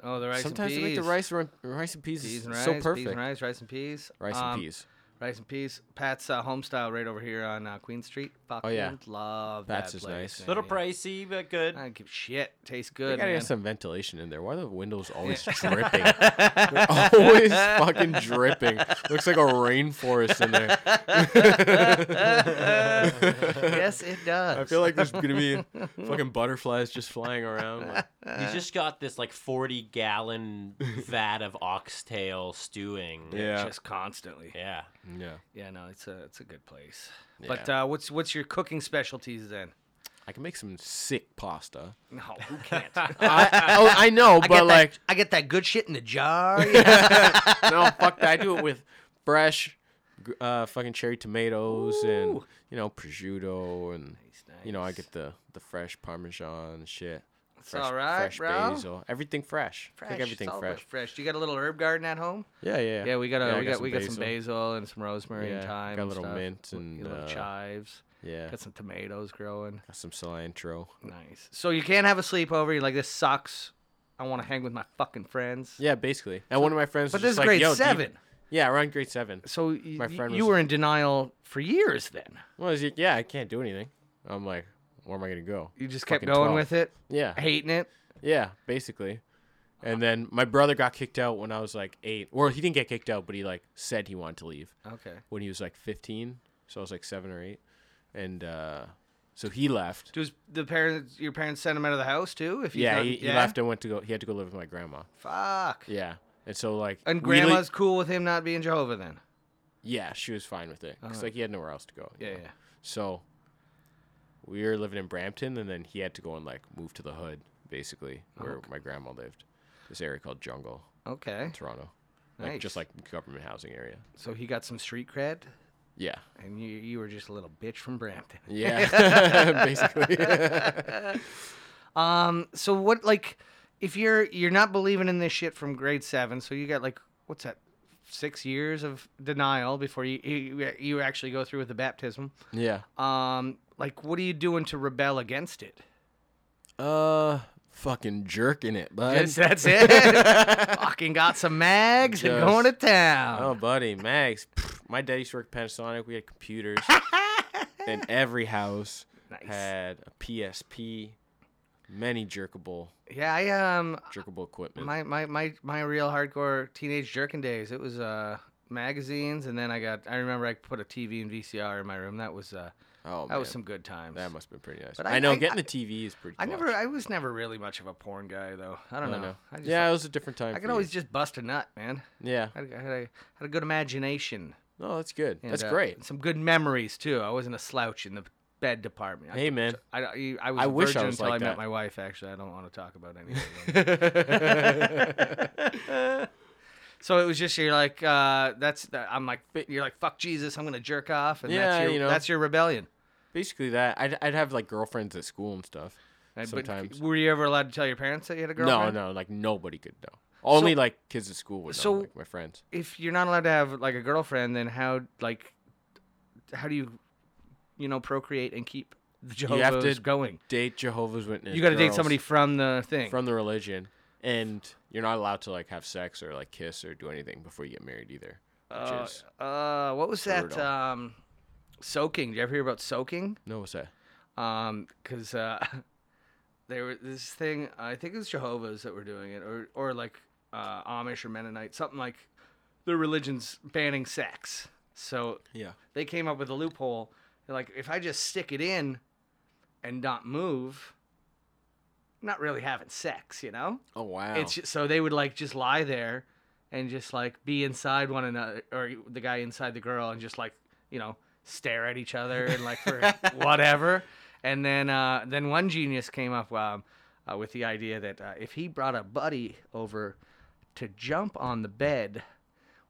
Speaker 2: Oh, the rice.
Speaker 3: Sometimes
Speaker 2: and
Speaker 3: they make
Speaker 2: peas.
Speaker 3: the rice ri- rice and peas,
Speaker 2: Peas
Speaker 3: is
Speaker 2: and rice.
Speaker 3: so
Speaker 2: Peas
Speaker 3: perfect.
Speaker 2: and rice. Rice and peas.
Speaker 3: rice
Speaker 2: Um,
Speaker 3: and peas.
Speaker 2: Rice and peas. Pat's uh, home style right over here on uh, Queen Street. Fucking
Speaker 3: Oh, yeah.
Speaker 2: Love
Speaker 3: Pat's
Speaker 2: that
Speaker 3: is
Speaker 2: place,
Speaker 3: nice.
Speaker 2: man.
Speaker 4: Little pricey, but good.
Speaker 2: I don't give a shit. Tastes
Speaker 3: They
Speaker 2: good.
Speaker 3: gotta
Speaker 2: man.
Speaker 3: get some ventilation in there. Why are the windows always dripping? They're always fucking dripping. Looks like a rainforest in there.
Speaker 2: Uh, yes, it does.
Speaker 3: I feel like there's gonna be fucking butterflies just flying around. Like,
Speaker 4: He's just got this like 40 gallon vat of oxtail stewing.
Speaker 3: yeah, Mm.
Speaker 2: just constantly.
Speaker 4: Yeah.
Speaker 3: yeah.
Speaker 2: Yeah, no, it's a it's a good place. But uh, what's what's your cooking specialties then?
Speaker 3: I can make some sick pasta.
Speaker 2: No, who can't?
Speaker 3: I, oh, I know,
Speaker 2: I
Speaker 3: but
Speaker 2: get
Speaker 3: like,
Speaker 2: that, I get that good shit in the jar. you know?
Speaker 3: no, fuck that. I do it with fresh, gr- uh, fucking cherry tomatoes and you know prosciutto and you know I get the the fresh parmesan and shit. It's
Speaker 2: alright,
Speaker 3: fresh
Speaker 2: bro.
Speaker 3: basil, everything fresh. Cook
Speaker 2: Fresh,
Speaker 3: everything
Speaker 2: it's all about
Speaker 3: fresh.
Speaker 2: fresh. You got a little herb garden at home?
Speaker 3: Yeah, yeah,
Speaker 2: Yeah, we got a
Speaker 3: I
Speaker 2: we got, we got some basil and some rosemary and
Speaker 3: Yeah,
Speaker 2: thyme.
Speaker 3: got a
Speaker 2: and
Speaker 3: little
Speaker 2: stuff.
Speaker 3: mint
Speaker 2: We-
Speaker 3: and,
Speaker 2: a little
Speaker 3: uh,
Speaker 2: chives.
Speaker 3: Yeah,
Speaker 2: Got some tomatoes growing.
Speaker 3: got some cilantro.
Speaker 2: Nice. So you can't have a sleepover. You're like, this sucks. I want to hang with my fucking friends.
Speaker 3: Yeah, basically. And one of my friends,
Speaker 2: But
Speaker 3: was
Speaker 2: this
Speaker 3: just
Speaker 2: is
Speaker 3: like,
Speaker 2: grade
Speaker 3: Yo, do you-
Speaker 2: seven.
Speaker 3: Yeah, around grade seven.
Speaker 2: So y-
Speaker 3: My
Speaker 2: y-
Speaker 3: friend
Speaker 2: you
Speaker 3: was-
Speaker 2: were in denial for years then.
Speaker 3: Well, it's like, yeah, I can't do anything. I'm like, where am I gonna go?
Speaker 2: You just kept
Speaker 3: Fucking
Speaker 2: going
Speaker 3: 12.
Speaker 2: with it,
Speaker 3: Yeah,
Speaker 2: hating it.
Speaker 3: yeah, basically. And then my brother got kicked out when I was like eight. Well, he didn't get kicked out, but he like said he wanted to leave
Speaker 2: Okay.
Speaker 3: when he was like 15. So I was like seven or eight, and uh, so he left.
Speaker 2: Does the parents, your parents, send him out of the house too? If he's
Speaker 3: Yeah,
Speaker 2: not-
Speaker 3: he, he left and went to go. He had to go live with my grandma.
Speaker 2: Fuck.
Speaker 3: Yeah, and so like
Speaker 2: And
Speaker 3: we li-
Speaker 2: grandma's cool with him not being Jehovah then.
Speaker 3: yeah, she was fine with it because like he had nowhere else to go. you
Speaker 2: Uh-huh. Yeah,
Speaker 3: know?
Speaker 2: yeah.
Speaker 3: So we were living in Brampton, and then he had to go and like move to the hood, basically,
Speaker 2: Oh,
Speaker 3: where my grandma lived. This area called Jungle,
Speaker 2: Okay.
Speaker 3: Toronto, like just
Speaker 2: Nice.
Speaker 3: like government housing area.
Speaker 2: So he got some street cred,
Speaker 3: Yeah,
Speaker 2: and you you were just a little bitch from Brampton.
Speaker 3: yeah, basically.
Speaker 2: Um. So what like. if you're you're not believing in this shit from grade seven, so you got like what's that, six years of denial before you you, you actually go through with the baptism.
Speaker 3: Yeah.
Speaker 2: Um, like what are you doing to rebel against it?
Speaker 3: Uh, fucking jerking it, bud.
Speaker 2: That's, that's it. Fucking got some mags and
Speaker 3: Just-
Speaker 2: going to town.
Speaker 3: Oh, buddy, Max. pff, My dad used to work at Panasonic. We had computers, and every house
Speaker 2: Nice.
Speaker 3: had a PSP, many jerkable,
Speaker 2: Yeah, I um,
Speaker 3: jerkable equipment.
Speaker 2: my, my my my real hardcore teenage jerking days. It was uh magazines, and then I got. I remember I put a TV and VCR in my room. That was uh,
Speaker 3: oh,
Speaker 2: that was
Speaker 3: man,
Speaker 2: some good times.
Speaker 3: That must have been pretty nice.
Speaker 2: But
Speaker 3: I,
Speaker 2: I-
Speaker 3: know
Speaker 2: I-
Speaker 3: getting
Speaker 2: I-
Speaker 3: the TV is pretty.
Speaker 2: I
Speaker 3: clutch.
Speaker 2: never. I was never really much of a porn guy, though. I don't know. I just,
Speaker 3: yeah, it was a different time.
Speaker 2: I
Speaker 3: for
Speaker 2: could
Speaker 3: you.
Speaker 2: always just bust a nut, man.
Speaker 3: Yeah.
Speaker 2: I had, I had, a, had a good imagination.
Speaker 3: No, that's good.
Speaker 2: and,
Speaker 3: that's
Speaker 2: uh,
Speaker 3: great.
Speaker 2: Some good memories too. I wasn't a slouch in the bed department. I-
Speaker 3: Hey, man.
Speaker 2: I, I, I was
Speaker 3: I
Speaker 2: a
Speaker 3: wish I
Speaker 2: virgin
Speaker 3: was
Speaker 2: until
Speaker 3: like
Speaker 2: I met
Speaker 3: that.
Speaker 2: my wife. Actually, I don't want to talk about anything. so it was just you're like uh, that's I'm like you're like fuck Jesus. I'm gonna jerk off, and
Speaker 3: Yeah,
Speaker 2: that's your
Speaker 3: you know.
Speaker 2: that's your rebellion.
Speaker 3: Basically, that I'd, I'd have like girlfriends at school and stuff.
Speaker 2: And- Uh, but
Speaker 3: Sometimes.
Speaker 2: were you ever allowed to tell your parents that you had a
Speaker 3: No,
Speaker 2: girlfriend?
Speaker 3: no, like nobody could know. Only like kids at school would know.
Speaker 2: so-
Speaker 3: like my friends.
Speaker 2: If you're not allowed to have like a girlfriend, then how like how do you you know procreate and keep the
Speaker 3: you have
Speaker 2: Jehovah's
Speaker 3: to
Speaker 2: going?
Speaker 3: Date Jehovah's Witness.
Speaker 2: You got to date
Speaker 3: girls
Speaker 2: somebody from the thing.
Speaker 3: from the religion, and you're not allowed to like have sex or like kiss or do anything before you get married either. Which
Speaker 2: Uh,
Speaker 3: is
Speaker 2: uh, what was that?
Speaker 3: brutal.
Speaker 2: Um, soaking. Did you ever hear about soaking?
Speaker 3: no, what's that?
Speaker 2: Um, because uh, there was this thing. I think it was Jehovah's that were doing it, or or like uh, Amish or Mennonite, something like their religion's banning sex. So
Speaker 3: Yeah.
Speaker 2: they came up with a loophole. They're like, if I just stick it in and not move, I'm not really having sex, you know?
Speaker 3: Oh wow.
Speaker 2: It's ju- so they would like just lie there and just like be inside one another, or the guy inside the girl, and just like you know stare at each other and like for whatever. And then uh, then one genius came up um, uh, with the idea that uh, if he brought a buddy over to jump on the bed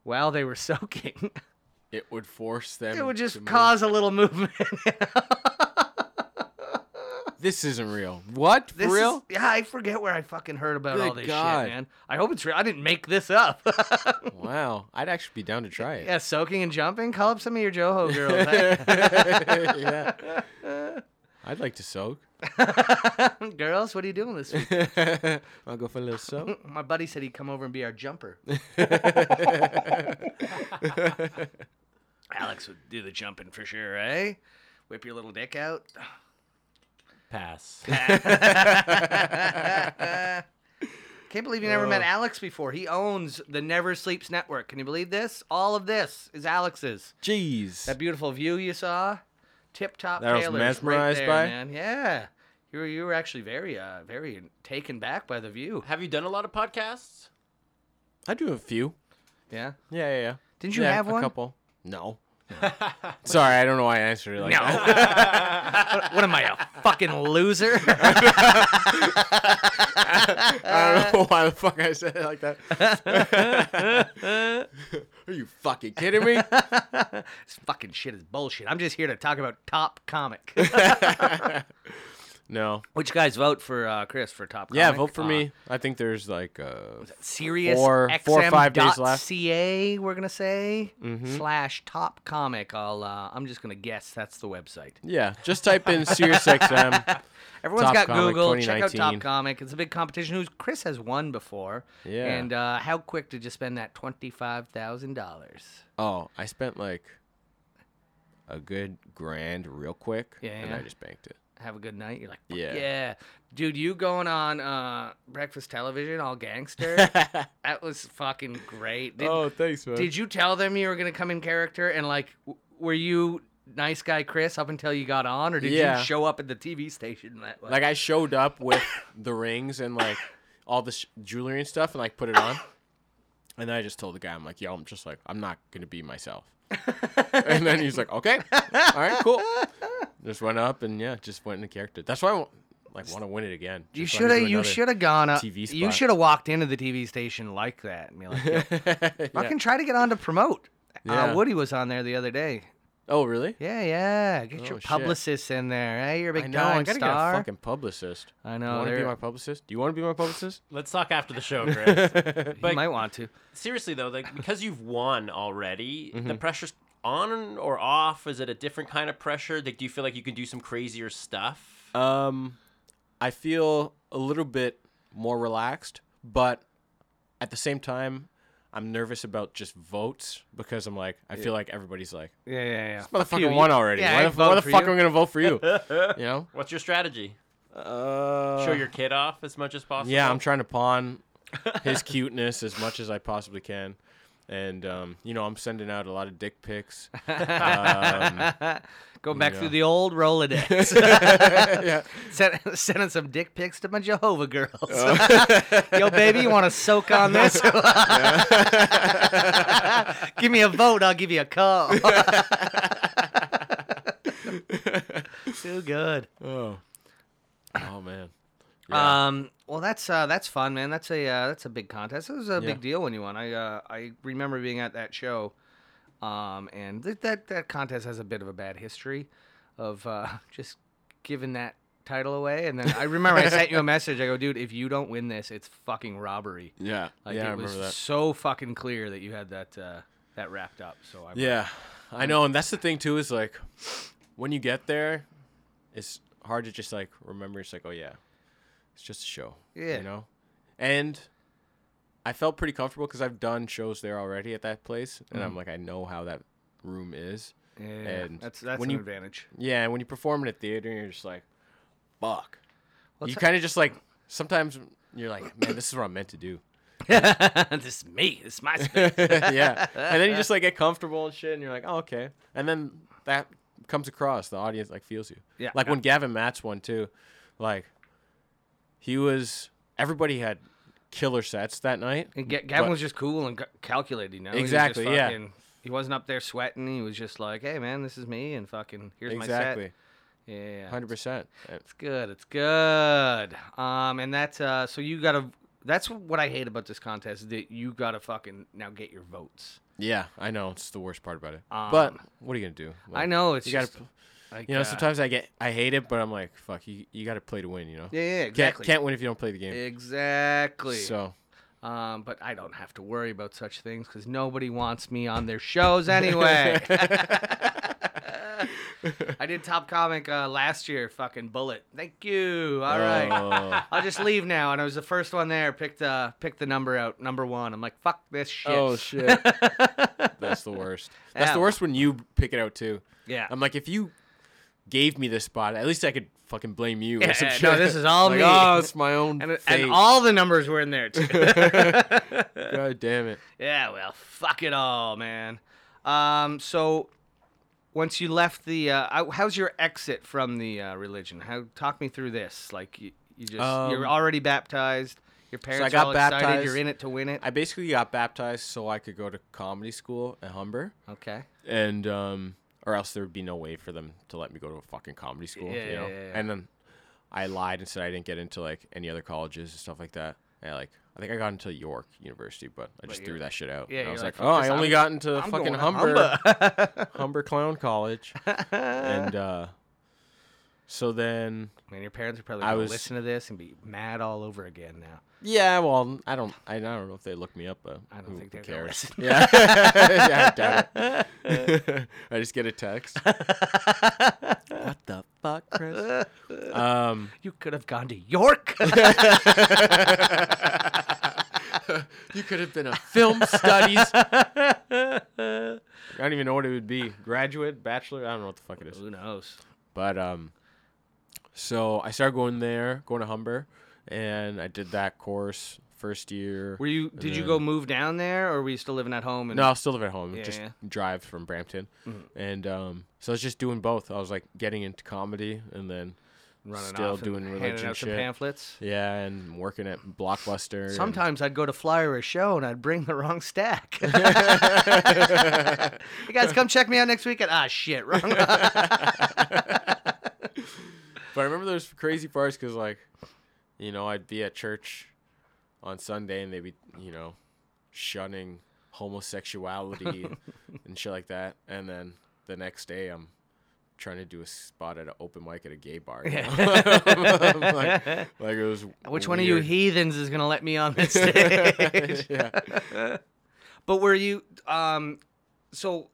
Speaker 2: while they were soaking,
Speaker 3: it would force them.
Speaker 2: it would
Speaker 3: to
Speaker 2: just
Speaker 3: move.
Speaker 2: cause a little movement.
Speaker 3: This isn't real. What? For
Speaker 2: This is-
Speaker 3: real?
Speaker 2: yeah, I forget where I fucking heard about all
Speaker 3: Good
Speaker 2: this
Speaker 3: God.
Speaker 2: shit, man. I hope it's real. I didn't make this up.
Speaker 3: Wow. I'd actually be down to try it.
Speaker 2: Yeah, soaking and jumping. Call up some of your Joho girls. eh?
Speaker 3: Yeah. I'd like to soak.
Speaker 2: girls, what are you doing this week?
Speaker 3: I'll go for a little soak.
Speaker 2: My buddy said he'd come over and be our jumper. Alex would do the jumping for sure, eh? Whip your little dick out.
Speaker 4: Pass.
Speaker 2: Can't believe you never met Alex before. He owns the Never Sleeps Network. Can you believe this? All of this is Alex's.
Speaker 3: Jeez.
Speaker 2: That beautiful view you saw, tip top.
Speaker 3: That I was mesmerized
Speaker 2: right there,
Speaker 3: by?
Speaker 2: man. Yeah, you were you were actually very uh very taken back by the view.
Speaker 4: Have you done a lot of podcasts?
Speaker 3: I do a few.
Speaker 2: Yeah.
Speaker 3: Yeah, yeah, yeah.
Speaker 2: Didn't you
Speaker 3: Yeah,
Speaker 2: have
Speaker 3: a
Speaker 2: one?
Speaker 3: couple. No. Sorry, I don't know why I answered it like that.
Speaker 2: what, what am I, a fucking loser?
Speaker 3: I don't know why the fuck I said it like that. Are you fucking kidding me?
Speaker 2: this fucking shit is bullshit. I'm just here to talk about top comic.
Speaker 3: No.
Speaker 2: Which guys vote for uh, Chris for top?
Speaker 3: Yeah,
Speaker 2: comic?
Speaker 3: vote for
Speaker 2: Uh,
Speaker 3: me. I think there's like uh
Speaker 2: Serious
Speaker 3: Four- four or five days left.
Speaker 2: Ca, we're gonna say slash top comic. I'll. Uh, I'm just gonna guess that's the website.
Speaker 3: yeah, just type in SiriusXM.
Speaker 2: Everyone's
Speaker 3: Top
Speaker 2: got
Speaker 3: Comic
Speaker 2: Google. Check out Top
Speaker 3: 2019.
Speaker 2: Comic. It's a big competition. Who's Chris has won before.
Speaker 3: Yeah.
Speaker 2: And uh, how quick did you spend that twenty five thousand dollars?
Speaker 3: Oh, I spent like a good grand real quick
Speaker 2: Yeah,
Speaker 3: and
Speaker 2: yeah.
Speaker 3: I just banked it.
Speaker 2: Have a good night. You're like, "Fuck yeah,
Speaker 3: Yeah.
Speaker 2: dude. You going on uh, breakfast television, all gangster? that was fucking great. Did,
Speaker 3: Oh, thanks, man.
Speaker 2: did you tell them you were gonna come in character and like, w- were you nice guy Chris up until you got on, or did
Speaker 3: Yeah.
Speaker 2: you show up at the TV station that way?
Speaker 3: Like I showed up with the rings and like all the sh- jewelry and stuff, and like put it on. And then I just told the guy, I'm like, yo, I'm just like, I'm not gonna be myself. and then he's like, okay, all right, cool. Just went up and yeah, just went into character. That's why I want, like want to win it again.
Speaker 2: You
Speaker 3: Just
Speaker 2: should
Speaker 3: wanna
Speaker 2: have.
Speaker 3: do
Speaker 2: You
Speaker 3: another-
Speaker 2: should have gone up.
Speaker 3: TV
Speaker 2: You
Speaker 3: spot.
Speaker 2: should have walked into the TV station like that and be like, "Yo, "Fucking try to get on to promote."
Speaker 3: Yeah.
Speaker 2: Uh, Woody was on there the other day.
Speaker 3: Oh, really?
Speaker 2: Yeah, yeah. Get
Speaker 3: Oh,
Speaker 2: your
Speaker 3: shit.
Speaker 2: publicist in there. Hey, you're a big
Speaker 3: I know. I
Speaker 2: going
Speaker 3: gotta
Speaker 2: star.
Speaker 3: get a fucking publicist.
Speaker 2: I
Speaker 3: you
Speaker 2: know.
Speaker 3: want to be
Speaker 2: they're-
Speaker 3: my publicist? Do you want to be my publicist?
Speaker 4: Let's talk after the show, Chris.
Speaker 2: you
Speaker 4: but-
Speaker 2: might want to.
Speaker 4: Seriously though, like because you've won already, the pressure's on or off. Is it a different kind of pressure? Like, do you feel like you can do some crazier stuff?
Speaker 3: Um, I feel a little bit more relaxed, but at the same time, I'm nervous about just votes because I'm like, I feel like everybody's like,
Speaker 2: Yeah, yeah, yeah. Fuck you,
Speaker 3: motherfucker
Speaker 2: you-
Speaker 3: won already.
Speaker 2: Yeah,
Speaker 3: why
Speaker 2: I'd
Speaker 3: the, why
Speaker 2: vote
Speaker 3: the
Speaker 2: for
Speaker 3: fuck
Speaker 2: you.
Speaker 3: am I gonna vote for you? you know?
Speaker 4: What's your strategy?
Speaker 3: Uh,
Speaker 4: Show your kid off as much as possible.
Speaker 3: yeah, I'm trying to pawn his cuteness as much as I possibly can. And um, you know, I'm sending out a lot of dick pics. Um,
Speaker 2: Go back
Speaker 3: Yeah.
Speaker 2: through the old Rolodex.
Speaker 3: yeah.
Speaker 2: Send, sending some dick pics to my Jehovah girls.
Speaker 3: Oh.
Speaker 2: Yo, baby, you want to soak on this? give me a vote. I'll give you a call. Too good.
Speaker 3: Oh. Oh man.
Speaker 2: Um. Well, that's uh, that's fun, man. That's a uh, that's a big contest. It was a big deal when you won. I uh, I remember being at that show, um, and th- that that contest has a bit of a bad history, of uh, just giving that title away. And then I remember I sent you a message. I go, dude, if you don't win this, it's fucking robbery.
Speaker 3: Yeah.
Speaker 2: Like
Speaker 3: yeah,
Speaker 2: it
Speaker 3: I
Speaker 2: was
Speaker 3: remember that.
Speaker 2: so fucking clear that you had that uh, that wrapped up. So I
Speaker 3: Yeah, I know, and that's the thing too is like, when you get there, it's hard to just like remember. It's like, oh yeah, it's just a show.
Speaker 2: Yeah.
Speaker 3: you know, and I felt pretty comfortable because I've done shows there already at that place, and I'm like, I know how that room is.
Speaker 2: yeah,
Speaker 3: and
Speaker 2: that's that's
Speaker 3: when
Speaker 2: an
Speaker 3: you-
Speaker 2: advantage.
Speaker 3: Yeah, and when you perform in a theater, you're just like, fuck.
Speaker 2: What's
Speaker 3: you
Speaker 2: that-
Speaker 3: kind of just like sometimes you're like, man, this is what I'm meant to do.
Speaker 2: this is me. This is my space.
Speaker 3: yeah, and then you just like get comfortable and shit, and you're like, oh okay, and then that comes across. The audience like feels you.
Speaker 2: Yeah.
Speaker 3: Like when Gavin Matz won too, like he was. Everybody had killer sets that night.
Speaker 2: And Ga- Gavin
Speaker 3: but-
Speaker 2: was just cool and c- calculated, you know. He was
Speaker 3: Exactly,
Speaker 2: just
Speaker 3: yeah.
Speaker 2: fucking- He wasn't up there sweating. He was just like, "Hey, man, this is me, and fucking here's my
Speaker 3: exactly,
Speaker 2: set." Yeah,
Speaker 3: hundred percent.
Speaker 2: it's good. It's good. Um, and that's uh, so you gotta. That's what I hate about this contest is that you gotta fucking now get your votes.
Speaker 3: Yeah, I know it's the worst part about it.
Speaker 2: Um,
Speaker 3: but what are you gonna do?
Speaker 2: I
Speaker 3: Like,
Speaker 2: know it's
Speaker 3: you gotta.
Speaker 2: just,
Speaker 3: p-
Speaker 2: like,
Speaker 3: You know,
Speaker 2: uh,
Speaker 3: sometimes I get, I hate it, but I'm like, fuck, you, you got to play to win. You know,
Speaker 2: Yeah, yeah,
Speaker 3: Can't-
Speaker 2: exactly.
Speaker 3: Can't, win if you don't play the game.
Speaker 2: exactly.
Speaker 3: So
Speaker 2: Um, but I don't have to worry about such things because nobody wants me on their shows anyway. I did Top Comic uh, last year, fucking Bullet. Thank you. All right.
Speaker 3: Oh.
Speaker 2: I'll just leave now. And I was the first one there. Picked uh, picked the number out, number one. I'm like, fuck this shit.
Speaker 3: Oh shit. That's the worst. That's
Speaker 2: Yeah.
Speaker 3: the worst when you pick it out too.
Speaker 2: yeah.
Speaker 3: I'm like, if you gave me this spot, at least I could fucking blame you.
Speaker 2: Yeah,
Speaker 3: or some
Speaker 2: no,
Speaker 3: shit.
Speaker 2: this is all
Speaker 3: like,
Speaker 2: me.
Speaker 3: Oh, it's my own
Speaker 2: and,
Speaker 3: fate.
Speaker 2: and all the numbers were in there too.
Speaker 3: God damn it.
Speaker 2: yeah. Well, fuck it all, man. Um, so. Once you left the, uh, I- how's your exit from the uh, religion? How talk me through this? Like you, you just you're
Speaker 3: Um,
Speaker 2: already baptized. Your parents
Speaker 3: got
Speaker 2: all excited.
Speaker 3: baptized.
Speaker 2: You're in it to win it.
Speaker 3: I basically got baptized so I could go to comedy school at Humber,
Speaker 2: okay.
Speaker 3: and um, or else there would be no way for them to let me go to a fucking comedy school.
Speaker 2: Yeah,
Speaker 3: you know?
Speaker 2: yeah, yeah, yeah.
Speaker 3: And then I lied and said I didn't get into like any other colleges and stuff like that. And I, like I think I got into York University, but I just
Speaker 2: you're
Speaker 3: threw that shit out.
Speaker 2: Yeah,
Speaker 3: and I
Speaker 2: you're
Speaker 3: was
Speaker 2: like,
Speaker 3: like,
Speaker 2: "Fuck
Speaker 3: oh,
Speaker 2: this,
Speaker 3: I only
Speaker 2: I'm-
Speaker 3: got into
Speaker 2: I'm
Speaker 3: fucking
Speaker 2: going to
Speaker 3: Humber. Humber Clown College. and uh, so then,
Speaker 2: Man, your parents are probably
Speaker 3: I
Speaker 2: gonna
Speaker 3: was-
Speaker 2: listen to this and be mad all over again now.
Speaker 3: yeah, well, I don't, I, don't know if they looked me up, but
Speaker 2: I don't
Speaker 3: who,
Speaker 2: think
Speaker 3: who
Speaker 2: they're gonna
Speaker 3: cares?
Speaker 2: listen.
Speaker 3: Yeah, yeah, I doubt it. I just get a text. what the fuck, Chris? Um,
Speaker 2: You could have gone to York.
Speaker 3: you could have been a film studies. I don't even know what it would be. Graduate, bachelor. I don't know what the fuck it is.
Speaker 2: Who knows?
Speaker 3: But um, so I started going there, going to Humber, and I did that course first year.
Speaker 2: Were you? Did you go move down there, or were you still living at home? And,
Speaker 3: No, I was still live at home.
Speaker 2: Yeah,
Speaker 3: just
Speaker 2: yeah. Mm-hmm.
Speaker 3: drive from Brampton, and um, so I was just doing both. I was like getting into comedy, and then
Speaker 2: running
Speaker 3: still
Speaker 2: off
Speaker 3: doing
Speaker 2: and handing
Speaker 3: religion
Speaker 2: out some
Speaker 3: shit.
Speaker 2: pamphlets.
Speaker 3: yeah, and working at Blockbuster. and-
Speaker 2: Sometimes I'd go to flyer a show and I'd bring the wrong stack. you guys come check me out next weekend. Ah, shit, wrong.
Speaker 3: but I remember those crazy parts because like, you know, I'd be at church on Sunday, and they'd be you know, shunning homosexuality and shit like that, and then. the next day I'm trying to do a spot at an open mic at a gay bar. you know? like, like it was.
Speaker 2: Which one of you
Speaker 3: weird.
Speaker 2: heathens is gonna let me on this stage?
Speaker 3: yeah.
Speaker 2: but were you um, so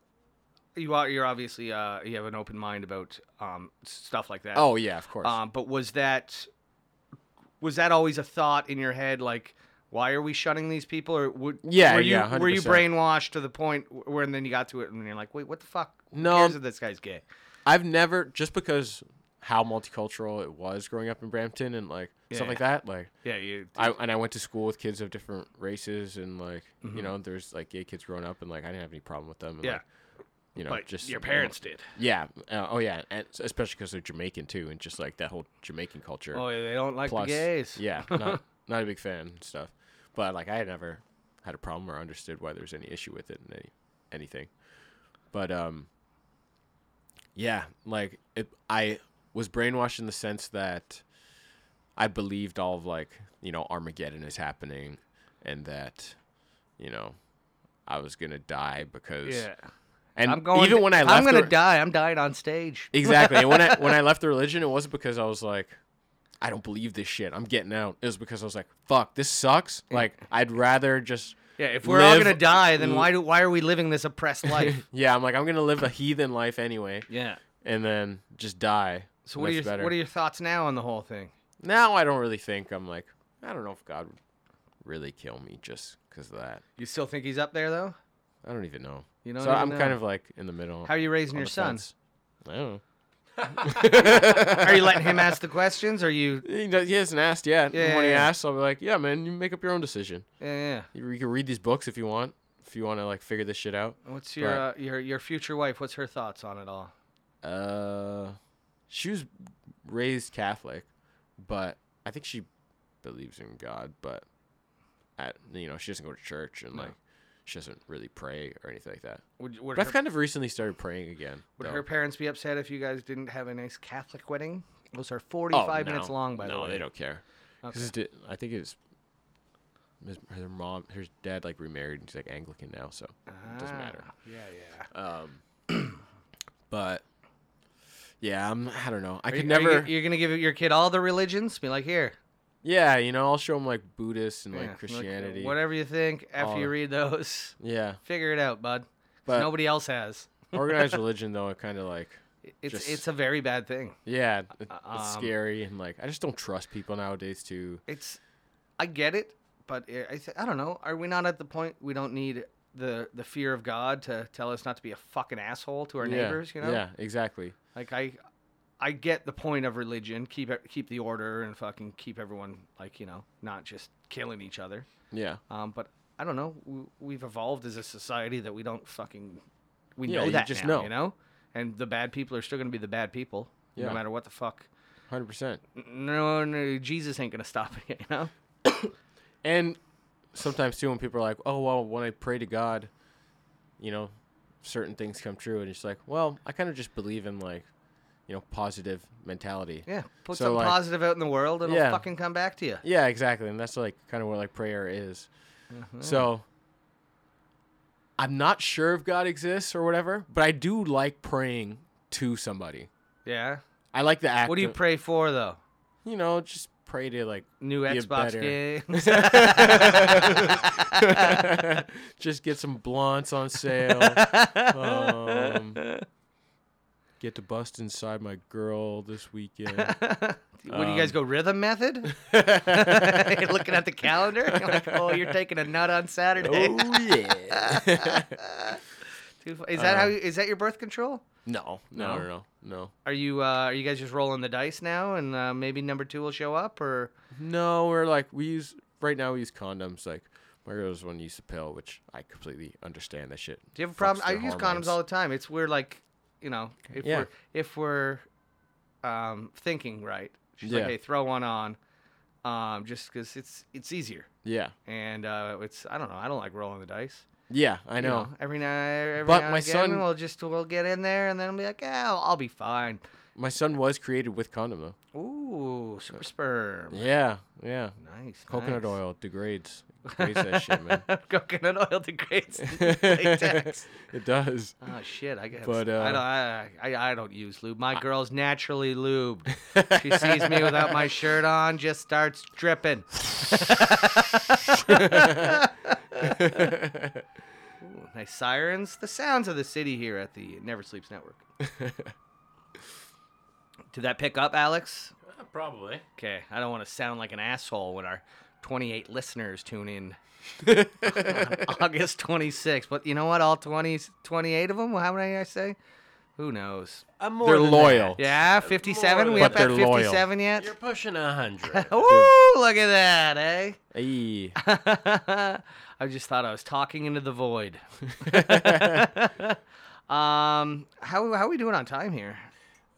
Speaker 2: you are you're obviously uh you have an open mind about um stuff like that.
Speaker 3: Oh yeah, of course.
Speaker 2: Um, but was that was that always a thought in your head, like why are we shutting these people? Or would
Speaker 3: Yeah,
Speaker 2: were you,
Speaker 3: yeah,
Speaker 2: were you
Speaker 3: 100%.
Speaker 2: brainwashed to the point wh- where and then you got to it and you're like, wait, what the fuck? Who
Speaker 3: No.
Speaker 2: cares if this guy's gay.
Speaker 3: I've never just because how multicultural it was growing up in Brampton and like stuff
Speaker 2: Yeah.
Speaker 3: like that. Like
Speaker 2: Yeah, you.
Speaker 3: I and I went to school with kids of different races and like you know there's like gay kids growing up and like I didn't have any problem with them. And,
Speaker 2: Mm-hmm. Yeah.
Speaker 3: like, you know,
Speaker 2: but
Speaker 3: just
Speaker 2: your parents did.
Speaker 3: Yeah. Uh, oh yeah, and s- especially because they're Jamaican too, and just like that whole Jamaican culture.
Speaker 2: Oh, yeah, they don't like
Speaker 3: Plus,
Speaker 2: the gays.
Speaker 3: yeah, not, not a big fan and stuff. But like I had never had a problem or understood why there was any issue with it and any anything. But um, yeah, like it, I was brainwashed in the sense that I believed all of like you know Armageddon is happening, and that you know I was gonna die because
Speaker 2: Yeah.
Speaker 3: And
Speaker 2: I'm going.
Speaker 3: even when I left,
Speaker 2: I'm gonna
Speaker 3: the-
Speaker 2: die. I'm dying on stage.
Speaker 3: Exactly. And when I when I left the religion, it wasn't because I was like, I don't believe this shit. I'm getting out. It was because I was like, fuck, this sucks.
Speaker 2: Mm.
Speaker 3: Like I'd rather just
Speaker 2: Yeah, if we're all
Speaker 3: live-
Speaker 2: gonna die, then why do why are we living this oppressed life?
Speaker 3: Yeah, I'm like, I'm gonna live a heathen life anyway,
Speaker 2: yeah.
Speaker 3: and then just die.
Speaker 2: So what are
Speaker 3: That's
Speaker 2: your
Speaker 3: better.
Speaker 2: what are your thoughts now on the whole thing?
Speaker 3: now? I don't really think I'm like, I don't know if God would really kill me just because of that.
Speaker 2: You still think he's up there though?
Speaker 3: I don't even know.
Speaker 2: You don't
Speaker 3: so
Speaker 2: even
Speaker 3: I'm
Speaker 2: know.
Speaker 3: kind of like in the middle.
Speaker 2: How are you raising
Speaker 3: on
Speaker 2: your
Speaker 3: the
Speaker 2: son?
Speaker 3: fence. I don't know.
Speaker 2: Are you letting him ask the questions? Are you?
Speaker 3: He, does- he hasn't asked yet.
Speaker 2: Yeah,
Speaker 3: and when
Speaker 2: yeah,
Speaker 3: he
Speaker 2: yeah.
Speaker 3: asks, I'll be like, yeah, man, you make up your own decision.
Speaker 2: Yeah, yeah.
Speaker 3: You, you can read these books if you want, if you want to like figure this shit out.
Speaker 2: What's your uh,
Speaker 3: But-
Speaker 2: your your future wife? What's her thoughts on it all?
Speaker 3: Uh, she was raised Catholic, but I think she believes in God, but at you know she doesn't go to church and like she doesn't really pray or anything like that.
Speaker 2: Would would,
Speaker 3: But I've
Speaker 2: her,
Speaker 3: kind of recently started praying again.
Speaker 2: would
Speaker 3: though.
Speaker 2: her parents be upset if you guys didn't have a nice Catholic wedding? Those are
Speaker 3: Oh,
Speaker 2: 45 minutes
Speaker 3: no.
Speaker 2: long, by the
Speaker 3: no,
Speaker 2: way.
Speaker 3: they don't care. 'Cause it's di- I think it's his, her mom, her dad like remarried. and He's like Anglican now, so it doesn't matter.
Speaker 2: Ah, Yeah, yeah.
Speaker 3: But yeah, I'm, I don't know. I
Speaker 2: Are you-
Speaker 3: could
Speaker 2: are you-
Speaker 3: never.
Speaker 2: you're gonna give your kid all the religions? Be like, here,
Speaker 3: Yeah, you know, I'll show them like Buddhists and
Speaker 2: yeah,
Speaker 3: like
Speaker 2: look,
Speaker 3: Christianity.
Speaker 2: whatever you think. After
Speaker 3: All-
Speaker 2: you read those,
Speaker 3: Yeah,
Speaker 2: figure it out, bud. 'Cause
Speaker 3: But-
Speaker 2: nobody else has.
Speaker 3: organized religion though, it kind of like
Speaker 2: It's
Speaker 3: Just-
Speaker 2: it's a very bad thing.
Speaker 3: yeah, it- it's
Speaker 2: Um,
Speaker 3: scary and like I just don't trust people nowadays too.
Speaker 2: It's, I get it, but i I, th- I don't know. Are we not at the point we don't need the the fear of God to tell us not to be a fucking asshole to our
Speaker 3: Yeah,
Speaker 2: neighbors? You know,
Speaker 3: Yeah, exactly.
Speaker 2: like I. I get the point of religion. Keep it- keep the order and fucking keep everyone like you know not just killing each other.
Speaker 3: Yeah,
Speaker 2: Um, but I don't know. We, we've evolved as a society that we don't fucking we
Speaker 3: Yeah,
Speaker 2: know
Speaker 3: you
Speaker 2: that
Speaker 3: just
Speaker 2: now,
Speaker 3: know.
Speaker 2: you know. And the bad people are still going to be the bad people, no
Speaker 3: Yeah.
Speaker 2: matter what the fuck.
Speaker 3: hundred percent.
Speaker 2: No, no, Jesus ain't going to stop it, you know.
Speaker 3: And sometimes too, when people are like, "Oh well, when I pray to God, you know, certain things come true," and it's like, well, I kind of just believe in like, you know, positive mentality.
Speaker 2: Yeah, put
Speaker 3: So,
Speaker 2: something
Speaker 3: like-
Speaker 2: positive out in the world, and
Speaker 3: Yeah.
Speaker 2: it'll fucking come back to you.
Speaker 3: Yeah, exactly. And that's like kind of what like prayer is.
Speaker 2: Mm-hmm.
Speaker 3: So I'm not sure if God exists or whatever, but I do like praying to somebody.
Speaker 2: Yeah.
Speaker 3: I like the act.
Speaker 2: What do you
Speaker 3: of-
Speaker 2: pray for though?
Speaker 3: You know, just pray to like
Speaker 2: New
Speaker 3: be a
Speaker 2: Xbox
Speaker 3: better-
Speaker 2: games.
Speaker 3: just get some blunts on sale. um, get to bust inside my girl this weekend.
Speaker 2: what do you
Speaker 3: um,
Speaker 2: guys go rhythm method? You're looking at the calendar, you're like, oh, you're taking a nut on Saturday.
Speaker 3: oh yeah.
Speaker 2: Too fu- Is that
Speaker 3: Uh,
Speaker 2: how? You, is that your birth control?
Speaker 3: No,
Speaker 2: No?
Speaker 3: no, no, no, no.
Speaker 2: Are you uh, are you guys just rolling the dice now, and uh, maybe number two will show up, or
Speaker 3: No, we're like we use right now. We use condoms. Like my girl's one used a pill, which I completely understand that shit.
Speaker 2: do you have a
Speaker 3: fucks
Speaker 2: problem? I
Speaker 3: their
Speaker 2: use
Speaker 3: hormones.
Speaker 2: condoms all the time. It's we're like, you know, if
Speaker 3: Yeah.
Speaker 2: we're if we're um, thinking right, she's like,
Speaker 3: Yeah.
Speaker 2: hey, throw one on, um, just because it's it's easier,
Speaker 3: Yeah,
Speaker 2: and uh, it's I don't know, I don't like rolling the dice.
Speaker 3: yeah, I
Speaker 2: you
Speaker 3: know.
Speaker 2: know? every now every
Speaker 3: But
Speaker 2: now
Speaker 3: my
Speaker 2: and again,
Speaker 3: son-
Speaker 2: we'll just we'll get in there, and then I'll be like, yeah, I'll, I'll be fine.
Speaker 3: My son was created with condom though.
Speaker 2: Ooh, super sperm.
Speaker 3: Yeah, yeah.
Speaker 2: Nice.
Speaker 3: Coconut
Speaker 2: nice.
Speaker 3: oil degrades. Degrades that shit, man.
Speaker 2: Coconut oil degrades latex.
Speaker 3: It does.
Speaker 2: Oh shit! I guess.
Speaker 3: But,
Speaker 2: I
Speaker 3: uh,
Speaker 2: don't. I, I I don't use lube. My girl's naturally lubed. She sees me without my shirt on, just starts dripping. Ooh, nice sirens. The sounds of the city here at the Never Sleeps Network. Did that pick up, Alex?
Speaker 4: Uh, Probably.
Speaker 2: Okay, I don't want to sound like an asshole when our 28 listeners tune in on August 26th. But you know what? All 20, 28 of them? How many I say? Who knows?
Speaker 4: I'm more
Speaker 3: They're
Speaker 4: than
Speaker 3: loyal.
Speaker 2: Yeah, 57? We up
Speaker 4: But
Speaker 2: at
Speaker 3: they're loyal.
Speaker 2: 57
Speaker 4: that.
Speaker 2: yet?
Speaker 4: You're pushing a hundred.
Speaker 2: Ooh, look at that, eh?
Speaker 3: Ayy.
Speaker 2: I just thought I was talking into the void. um, how, how are we doing on time here?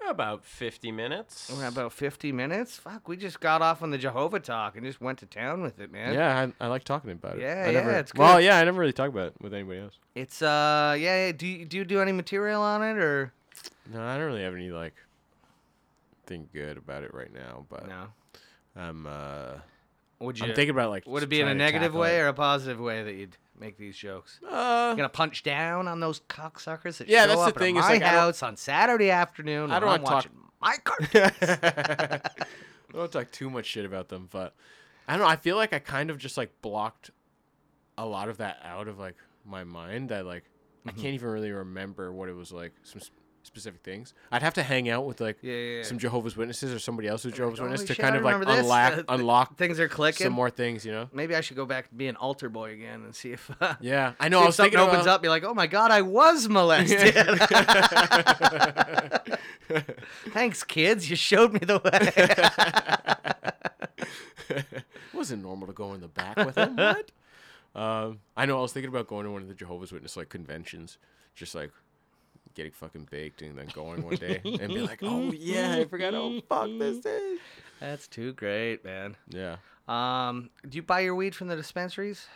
Speaker 4: About 50 minutes.
Speaker 2: We're at about 50 minutes? Fuck, we just got off on the Jehovah talk and just went to town with it, man.
Speaker 3: Yeah, I, I like talking about it.
Speaker 2: Yeah,
Speaker 3: I never,
Speaker 2: yeah, it's
Speaker 3: Well,
Speaker 2: good.
Speaker 3: yeah, I never really talk about it with anybody else.
Speaker 2: It's uh yeah, yeah. Do you, do you do any material on it or
Speaker 3: No, I don't really have any like thing good about it right now, but
Speaker 2: no?
Speaker 3: I'm uh
Speaker 2: Would you?
Speaker 3: I'm thinking about like
Speaker 2: would it be in a
Speaker 3: trying to
Speaker 2: negative
Speaker 3: tackle
Speaker 2: way
Speaker 3: it.
Speaker 2: or a positive way that you'd make these jokes?
Speaker 3: uh,
Speaker 2: You gonna punch down on those cocksuckers that
Speaker 3: Yeah,
Speaker 2: show
Speaker 3: that's the
Speaker 2: up
Speaker 3: thing,
Speaker 2: at
Speaker 3: it's
Speaker 2: my
Speaker 3: like, I don't-
Speaker 2: house on Saturday afternoon.
Speaker 3: I don't
Speaker 2: while I'm
Speaker 3: wanna talk-
Speaker 2: watching my cartoon.
Speaker 3: I don't talk too much shit about them, but I don't know. I feel like I kind of just like blocked a lot of that out of like my mind. That like I
Speaker 2: Mm-hmm.
Speaker 3: can't even really remember what it was like. Some s- specific things. I'd have to hang out with like
Speaker 2: Yeah, yeah, yeah.
Speaker 3: some Jehovah's Witnesses or somebody else who's Jehovah's
Speaker 2: "Holy
Speaker 3: Witness to
Speaker 2: shit,
Speaker 3: kind
Speaker 2: I
Speaker 3: of like
Speaker 2: remember this."
Speaker 3: unlock unlock
Speaker 2: Things are clicking.
Speaker 3: some more things. You know?
Speaker 2: Maybe I should go back to being altar boy again and see if. Uh,
Speaker 3: Yeah, I
Speaker 2: No,
Speaker 3: know.
Speaker 2: if
Speaker 3: I was
Speaker 2: something
Speaker 3: thinking
Speaker 2: opens
Speaker 3: about,
Speaker 2: up, be like, "Oh my god, I was molested." Thanks, kids. You showed me the way.
Speaker 3: It wasn't normal to go in the back with him. What? Um, I know. I was thinking about going to one of the Jehovah's Witness like conventions, just like getting fucking baked and then going one day and be like, "Oh yeah, I forgot how fuck this is."
Speaker 2: That's too great, man.
Speaker 3: Yeah.
Speaker 2: Um, do you buy your weed from the dispensaries?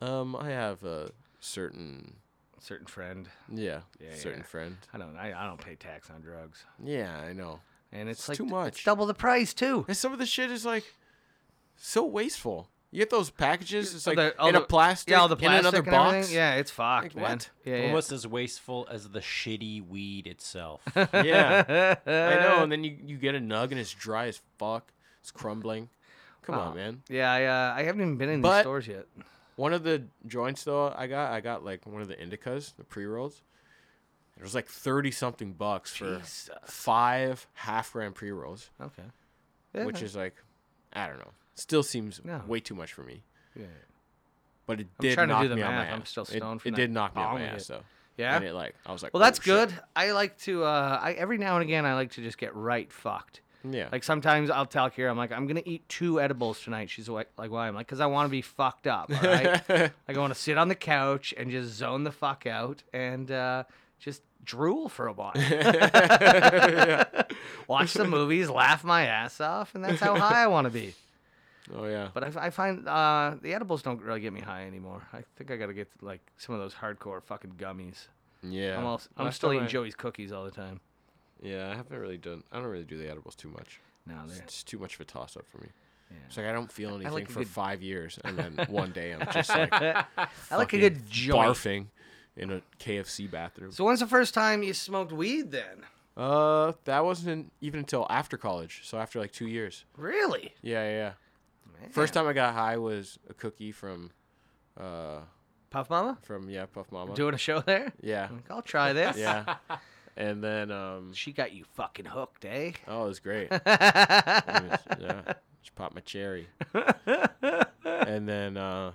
Speaker 3: Um, I have a certain
Speaker 2: Certain friend.
Speaker 3: yeah, certain
Speaker 2: yeah.
Speaker 3: friend.
Speaker 2: I don't. I, I don't pay tax on drugs,
Speaker 3: Yeah, I know.
Speaker 2: and it's,
Speaker 3: It's
Speaker 2: like
Speaker 3: too
Speaker 2: It's
Speaker 3: much.
Speaker 2: double the price too.
Speaker 3: And some of the shit is like so wasteful. You get those packages. It's like
Speaker 2: The- all
Speaker 3: in
Speaker 2: the-
Speaker 3: a plastic.
Speaker 2: yeah, all the plastic
Speaker 3: in another
Speaker 2: and
Speaker 3: box.
Speaker 2: everything. Yeah, it's fucked,
Speaker 3: Like,
Speaker 2: man.
Speaker 3: what?
Speaker 2: Yeah, yeah.
Speaker 4: Almost as wasteful as the shitty weed itself.
Speaker 3: Yeah. I
Speaker 2: Uh,
Speaker 3: know, and then you, you get a nug and it's dry as fuck. It's crumbling. Come on, man.
Speaker 2: Oh, Yeah, I, uh, I haven't even been in these
Speaker 3: But-
Speaker 2: stores yet.
Speaker 3: One of the joints though I got, I got like one of the indicas, the pre rolls. It was like thirty something bucks for
Speaker 2: Jesus.
Speaker 3: five half gram pre rolls,
Speaker 2: Okay. Yeah,
Speaker 3: which is like, I don't know, still seems
Speaker 2: No.
Speaker 3: way too much for me.
Speaker 2: yeah.
Speaker 3: But it
Speaker 2: I'm
Speaker 3: did
Speaker 2: trying to do
Speaker 3: knock
Speaker 2: the
Speaker 3: me on my
Speaker 2: math.
Speaker 3: ass.
Speaker 2: I'm still stoned
Speaker 3: It,
Speaker 2: from
Speaker 3: it
Speaker 2: that
Speaker 3: did knock me on
Speaker 2: bong
Speaker 3: my
Speaker 2: hit.
Speaker 3: ass though.
Speaker 2: Yeah?
Speaker 3: And it like I was like,
Speaker 2: Well,
Speaker 3: "Oh,
Speaker 2: that's
Speaker 3: shit."
Speaker 2: good. I like to. Uh, I every now and again, I like to just get right fucked.
Speaker 3: Yeah.
Speaker 2: Like sometimes I'll tell Kira, I'm like, I'm gonna eat two edibles tonight. She's like, like why? I'm like, because I want to be fucked up. All right? like I want to sit on the couch and just zone the fuck out and uh, just drool for a while. Watch some movies, laugh my ass off, and that's how high I want to be.
Speaker 3: oh yeah.
Speaker 2: But I, I find uh, the edibles don't really get me high anymore. I think I gotta get like some of those hardcore fucking gummies.
Speaker 3: Yeah.
Speaker 2: I'm, also, I'm
Speaker 3: Last
Speaker 2: still
Speaker 3: time
Speaker 2: eating
Speaker 3: I-
Speaker 2: Joey's cookies all the time.
Speaker 3: Yeah, I haven't really done. I don't really do the edibles too much.
Speaker 2: No,
Speaker 3: It's
Speaker 2: they're-
Speaker 3: just too much of a toss up for me. It's like I don't feel anything
Speaker 2: like a
Speaker 3: for
Speaker 2: good-
Speaker 3: five years, and then one day I'm just like I
Speaker 2: I like a good joint.
Speaker 3: barfing in a KFC bathroom.
Speaker 2: So when's the first time you smoked weed then?
Speaker 3: Uh, that wasn't in, even until after college. So after like two years.
Speaker 2: Really?
Speaker 3: Yeah, yeah. yeah. First time I got high was a cookie from, uh,
Speaker 2: Puff Mama?
Speaker 3: from yeah Puff Mama.
Speaker 2: Doing a show there?
Speaker 3: yeah,
Speaker 2: I'm like, I'll try this.
Speaker 3: yeah. And then um,
Speaker 2: She got you fucking hooked, eh?
Speaker 3: Oh, it was great. It was- yeah, just popped my cherry. and then uh,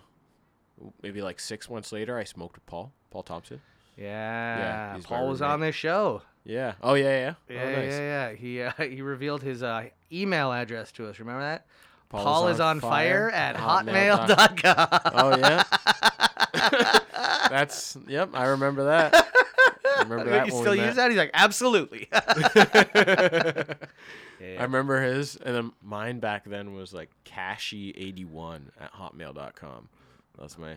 Speaker 3: maybe like six months later, I smoked with Paul, Paul Thompson.
Speaker 2: Yeah.
Speaker 3: he's my
Speaker 2: Paul was
Speaker 3: roommate.
Speaker 2: on this show.
Speaker 3: Yeah. Oh yeah, yeah.
Speaker 2: Yeah,
Speaker 3: oh, nice.
Speaker 2: yeah, yeah. He uh, he revealed his uh, email address to us. Remember that? Paul,
Speaker 3: Paul
Speaker 2: is, on fire, at
Speaker 3: hotmail dot-
Speaker 2: hotmail.com.
Speaker 3: Oh yeah. That's yep. I remember that. I remember that.
Speaker 2: you
Speaker 3: when we
Speaker 2: still use
Speaker 3: met.
Speaker 2: that? He's like, absolutely.
Speaker 3: I remember his, and then mine back then was like cashy81 at hotmail.com. That's my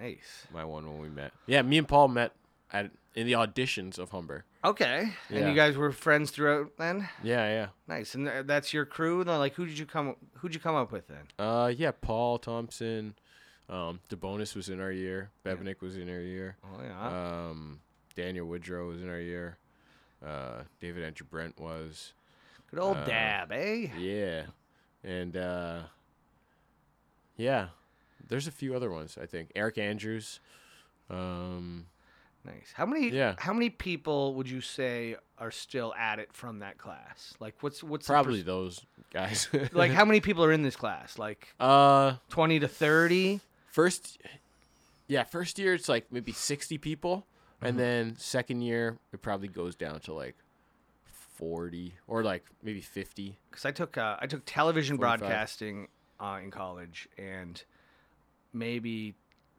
Speaker 2: nice.
Speaker 3: my one when we met. Yeah, me and Paul met at in the auditions of Humber.
Speaker 2: Okay. And
Speaker 3: Yeah.
Speaker 2: you guys were friends throughout then?
Speaker 3: Yeah,
Speaker 2: Nice. And th- that's your crew? Then like who did you come who'd you come up with then?
Speaker 3: yeah. Uh, yeah. Paul Thompson, um, DeBonis was in our year. Bebnick was in our year.
Speaker 2: Oh yeah.
Speaker 3: Um, Daniel Woodrow was in our year. Uh, David Andrew Brent was.
Speaker 2: Good old dab, eh?
Speaker 3: Yeah. And uh yeah. There's a few other ones, I think. Eric Andrews. Um
Speaker 2: Nice. How many
Speaker 3: Yeah.
Speaker 2: how many people would you say are still at it from that class? Like what's what's the
Speaker 3: probably
Speaker 2: perc-
Speaker 3: those guys.
Speaker 2: like how many people are in this class? Like
Speaker 3: uh
Speaker 2: 20 to 30?
Speaker 3: first yeah, first year it's like maybe 60 people and then second year it probably goes down to like 40 or like maybe 50.
Speaker 2: because I took uh, I took television
Speaker 3: 45.
Speaker 2: broadcasting uh, in college, and maybe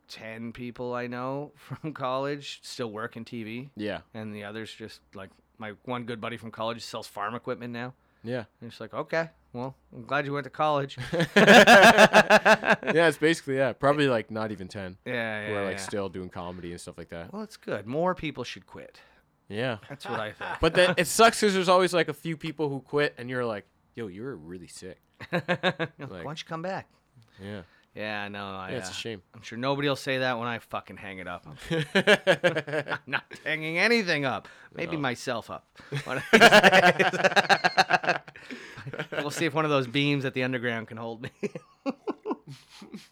Speaker 2: ten people I know from college still work in TV,
Speaker 3: Yeah.
Speaker 2: and the others just like my one good buddy from college sells farm equipment now.
Speaker 3: Yeah.
Speaker 2: And it's like, okay, well, I'm glad you went to college. yeah,
Speaker 3: Yeah, it's basically yeah, probably like not even 10
Speaker 2: yeah,
Speaker 3: who are
Speaker 2: yeah.
Speaker 3: like still doing comedy and stuff like that.
Speaker 2: Well, it's good. More people should quit.
Speaker 3: Yeah.
Speaker 2: That's what I think.
Speaker 3: But then it sucks because there's always like a few people who quit, and you're like, "Yo, you were really sick."
Speaker 2: Why don't you come back?
Speaker 3: Yeah,
Speaker 2: Yeah, no, I.
Speaker 3: yeah, it's
Speaker 2: uh,
Speaker 3: a shame.
Speaker 2: I'm sure nobody will say that when I fucking hang it up. I'm I'm not hanging anything up. Maybe myself up. One of these days. we'll see if one of those beams at the underground can hold me.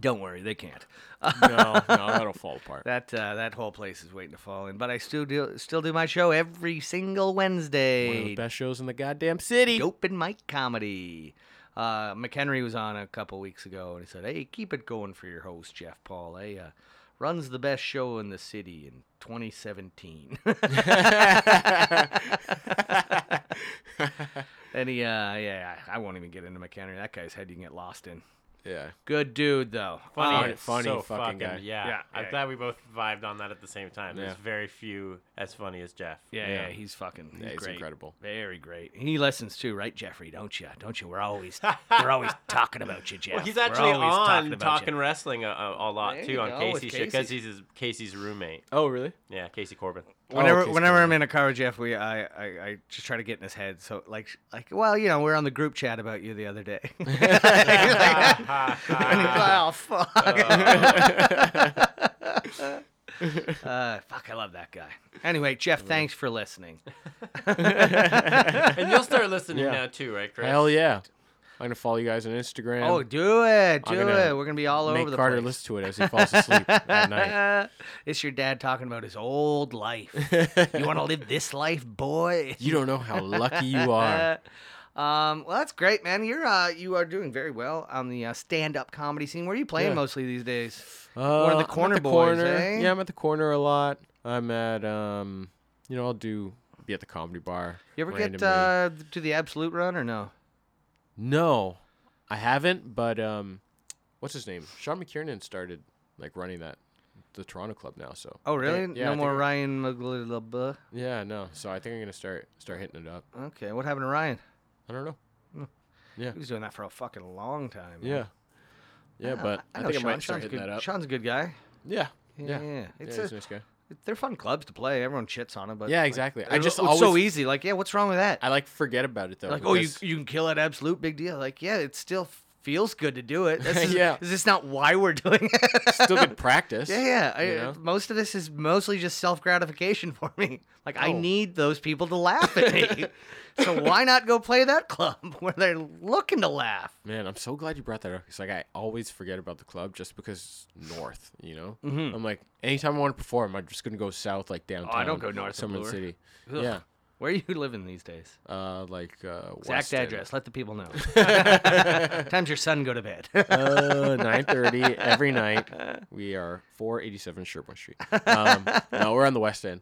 Speaker 2: Don't worry, they can't.
Speaker 3: No, no, that'll fall apart.
Speaker 2: That uh, that whole place is waiting to fall in. But I still do still do my show every single
Speaker 3: One of the
Speaker 2: Wednesday.
Speaker 3: best shows in the goddamn city.
Speaker 2: Open mic comedy. Uh, McHenry was on a couple weeks ago, and he said, "Hey, keep it going for your host, Jeff Paul. Hey, uh, runs the best show in the city in 2017." and he, uh, yeah, I won't even get into McHenry. That guy's head you can get lost in.
Speaker 3: Yeah,
Speaker 2: Good dude, though.
Speaker 3: Funny-
Speaker 2: Uh,
Speaker 4: It's
Speaker 3: funny Um, fucking guy.
Speaker 4: Yeah.
Speaker 2: Yeah,
Speaker 4: I'm
Speaker 2: yeah.
Speaker 4: glad we both vibed on that at the same time. There's
Speaker 3: Yeah.
Speaker 4: very few as funny as Jeff.
Speaker 2: yeah,
Speaker 3: Yeah.
Speaker 2: yeah, he's fucking. He's
Speaker 3: yeah, it's
Speaker 2: great.
Speaker 3: incredible.
Speaker 2: Very great. He listens too, right, Jeffrey? Don't you? Don't you? We're always we're always talking about you, Jeff.
Speaker 4: Well, he's
Speaker 2: We're
Speaker 4: actually
Speaker 2: always
Speaker 4: on talking,
Speaker 2: about you.
Speaker 4: wrestling a, a, a lot
Speaker 2: There
Speaker 4: too
Speaker 2: you
Speaker 4: on
Speaker 2: go, with
Speaker 4: Casey's shit because
Speaker 2: Casey.
Speaker 4: he's his, Casey's roommate.
Speaker 3: Oh, really?
Speaker 4: Yeah, Casey Corbin.
Speaker 2: Whenever,
Speaker 3: Oh, okay,
Speaker 2: whenever
Speaker 3: so-
Speaker 2: I'm in a car with Jeff, we I, I, I just try to get in his head. So like like well, you know, we're on the group chat about you the other day. and he's like, oh fuck. uh, fuck, I love that guy. Anyway, Jeff, thanks for listening.
Speaker 4: and you'll start listening
Speaker 3: Yeah.
Speaker 4: now too, right, Chris?
Speaker 3: Hell yeah! I'm gonna follow you guys on Instagram.
Speaker 2: Oh, do it, do
Speaker 3: I'm
Speaker 2: it.
Speaker 3: gonna
Speaker 2: We're gonna be all
Speaker 3: make
Speaker 2: over the
Speaker 3: Carter
Speaker 2: place.
Speaker 3: listen to it as he falls asleep at night.
Speaker 2: Uh, it's your dad talking about his old life. you want to live this life, boy?
Speaker 3: You don't know how lucky you are.
Speaker 2: Um, well, that's great, man. You're uh, you are doing very well on the uh, stand-up comedy scene. Where are you playing
Speaker 3: Yeah.
Speaker 2: mostly these days?
Speaker 3: Uh,
Speaker 2: One of
Speaker 3: I'm
Speaker 2: the
Speaker 3: at
Speaker 2: corner boys,
Speaker 3: corner.
Speaker 2: eh?
Speaker 3: Yeah, I'm at the corner a lot. I'm at um, you know, I'll do be at the comedy bar.
Speaker 2: You ever get
Speaker 3: randomly.
Speaker 2: uh, to the absolute run or no?
Speaker 3: No, I haven't. But um, what's his name? Sean McKiernan started like running that the Toronto club now. So
Speaker 2: Oh, really?
Speaker 3: yeah, I
Speaker 2: no
Speaker 3: think
Speaker 2: more
Speaker 3: I-
Speaker 2: Ryan McGlillibuh.
Speaker 3: yeah, no. So I think I'm gonna start start hitting it up.
Speaker 2: Okay, what happened to Ryan?
Speaker 3: I don't know.
Speaker 2: He was doing that for a fucking long time. man.
Speaker 3: Yeah, yeah. But I,
Speaker 2: I, know
Speaker 3: think
Speaker 2: Sean.
Speaker 3: I might start
Speaker 2: Sean's,
Speaker 3: hitting
Speaker 2: good.
Speaker 3: that up.
Speaker 2: Sean's a good guy.
Speaker 3: yeah,
Speaker 2: Yeah,
Speaker 3: yeah.
Speaker 2: it's
Speaker 3: yeah,
Speaker 2: a-
Speaker 3: he's a nice guy.
Speaker 2: They're fun clubs to play. Everyone shits on them, but
Speaker 3: Yeah,
Speaker 2: like,
Speaker 3: exactly. I
Speaker 2: they're-
Speaker 3: just
Speaker 2: it's so
Speaker 3: always-
Speaker 2: easy. Like, yeah, what's wrong with that?
Speaker 3: I like forget about it though.
Speaker 2: like, oh, you
Speaker 3: because-
Speaker 2: you can kill at absolute big deal. Like, yeah, it still feels good to do it. This is,
Speaker 3: Yeah.
Speaker 2: is this not why we're doing it?
Speaker 3: still good practice.
Speaker 2: Yeah, yeah. I,
Speaker 3: you know?
Speaker 2: Most of this is mostly just self gratification for me. Like I
Speaker 3: Oh.
Speaker 2: need those people to laugh at me, so why not go play that club where they're looking to laugh?
Speaker 3: Man, I'm so glad you brought that up. It's like I always forget about the club just because it's north, you know. Mm-hmm. I'm like, anytime I want to perform, I'm just gonna go south, like downtown.
Speaker 2: Oh, don't go north of
Speaker 3: Summer
Speaker 2: Bloor.
Speaker 3: City.
Speaker 2: Ugh.
Speaker 3: Yeah,
Speaker 2: Where are you living these days?
Speaker 3: uh, like uh,
Speaker 2: Exact
Speaker 3: Weston.
Speaker 2: address. Let the people know. Times your son go to bed.
Speaker 3: Uh, 9:30 every night. We are 487 Sherbourne Street. Um, no, we're on the west end,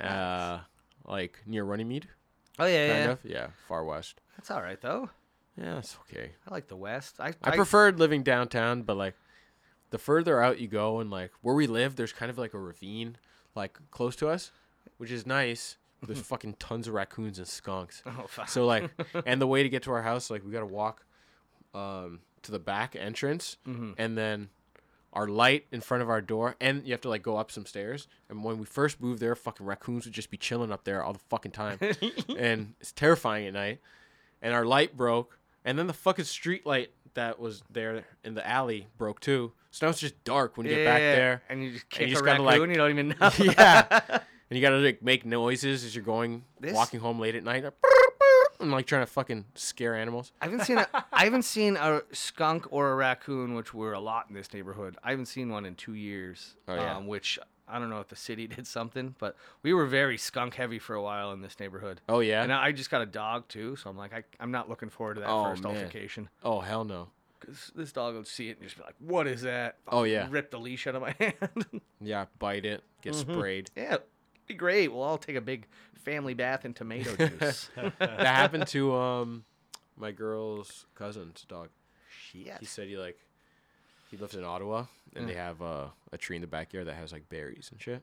Speaker 3: uh, like near Runnymede,
Speaker 2: oh yeah, yeah.
Speaker 3: kind
Speaker 2: yeah.
Speaker 3: of. Yeah, far west.
Speaker 2: That's all right though.
Speaker 3: Yeah, it's okay.
Speaker 2: I like the West. I,
Speaker 3: I, preferred living downtown, but like the further out you go and like where we live, there's kind of like a ravine like close to us, which is nice. There's fucking tons of raccoons and skunks.
Speaker 2: Oh, fuck.
Speaker 3: So like, and the way to get to our
Speaker 2: Mm-hmm.
Speaker 3: house, like we gotta walk um, to the back entrance, and then our light in front of our door, and you have to like go up some stairs. And when we first moved there, fucking raccoons would just be chilling up there all the fucking time, and it's terrifying at night. And our light broke, and then the fucking street light that was there in the alley broke too. So now it's just dark when you get back there.
Speaker 2: and you just kick
Speaker 3: and you just
Speaker 2: a
Speaker 3: gotta,
Speaker 2: raccoon.
Speaker 3: like-
Speaker 2: you don't even know.
Speaker 3: yeah. And you gotta like make noises as you're going
Speaker 2: This-
Speaker 3: walking home late at night. like, And like trying to fucking scare animals.
Speaker 2: I haven't seen a I haven't seen a skunk or a raccoon, which were a lot in this neighborhood. I haven't seen one in two years.
Speaker 3: Oh, yeah.
Speaker 2: um, which I don't know if the city did something, but we were very skunk heavy for a while in this neighborhood.
Speaker 3: Oh yeah.
Speaker 2: And I just got a dog too, so I'm like, I, I'm not looking forward to that
Speaker 3: Oh,
Speaker 2: first
Speaker 3: man.
Speaker 2: altercation.
Speaker 3: oh hell no.
Speaker 2: 'Cause this dog would see it and just be like, "What is that?"
Speaker 3: Oh, yeah.
Speaker 2: rip the leash out of my hand.
Speaker 3: Yeah, bite it, get sprayed.
Speaker 2: yeah, it'd be great. We'll all take a big family bath in tomato juice.
Speaker 3: That happened to um my girl's cousin's dog.
Speaker 2: Shit.
Speaker 3: He said he like he lives in Ottawa and they have uh, a tree in the backyard that has like berries and shit.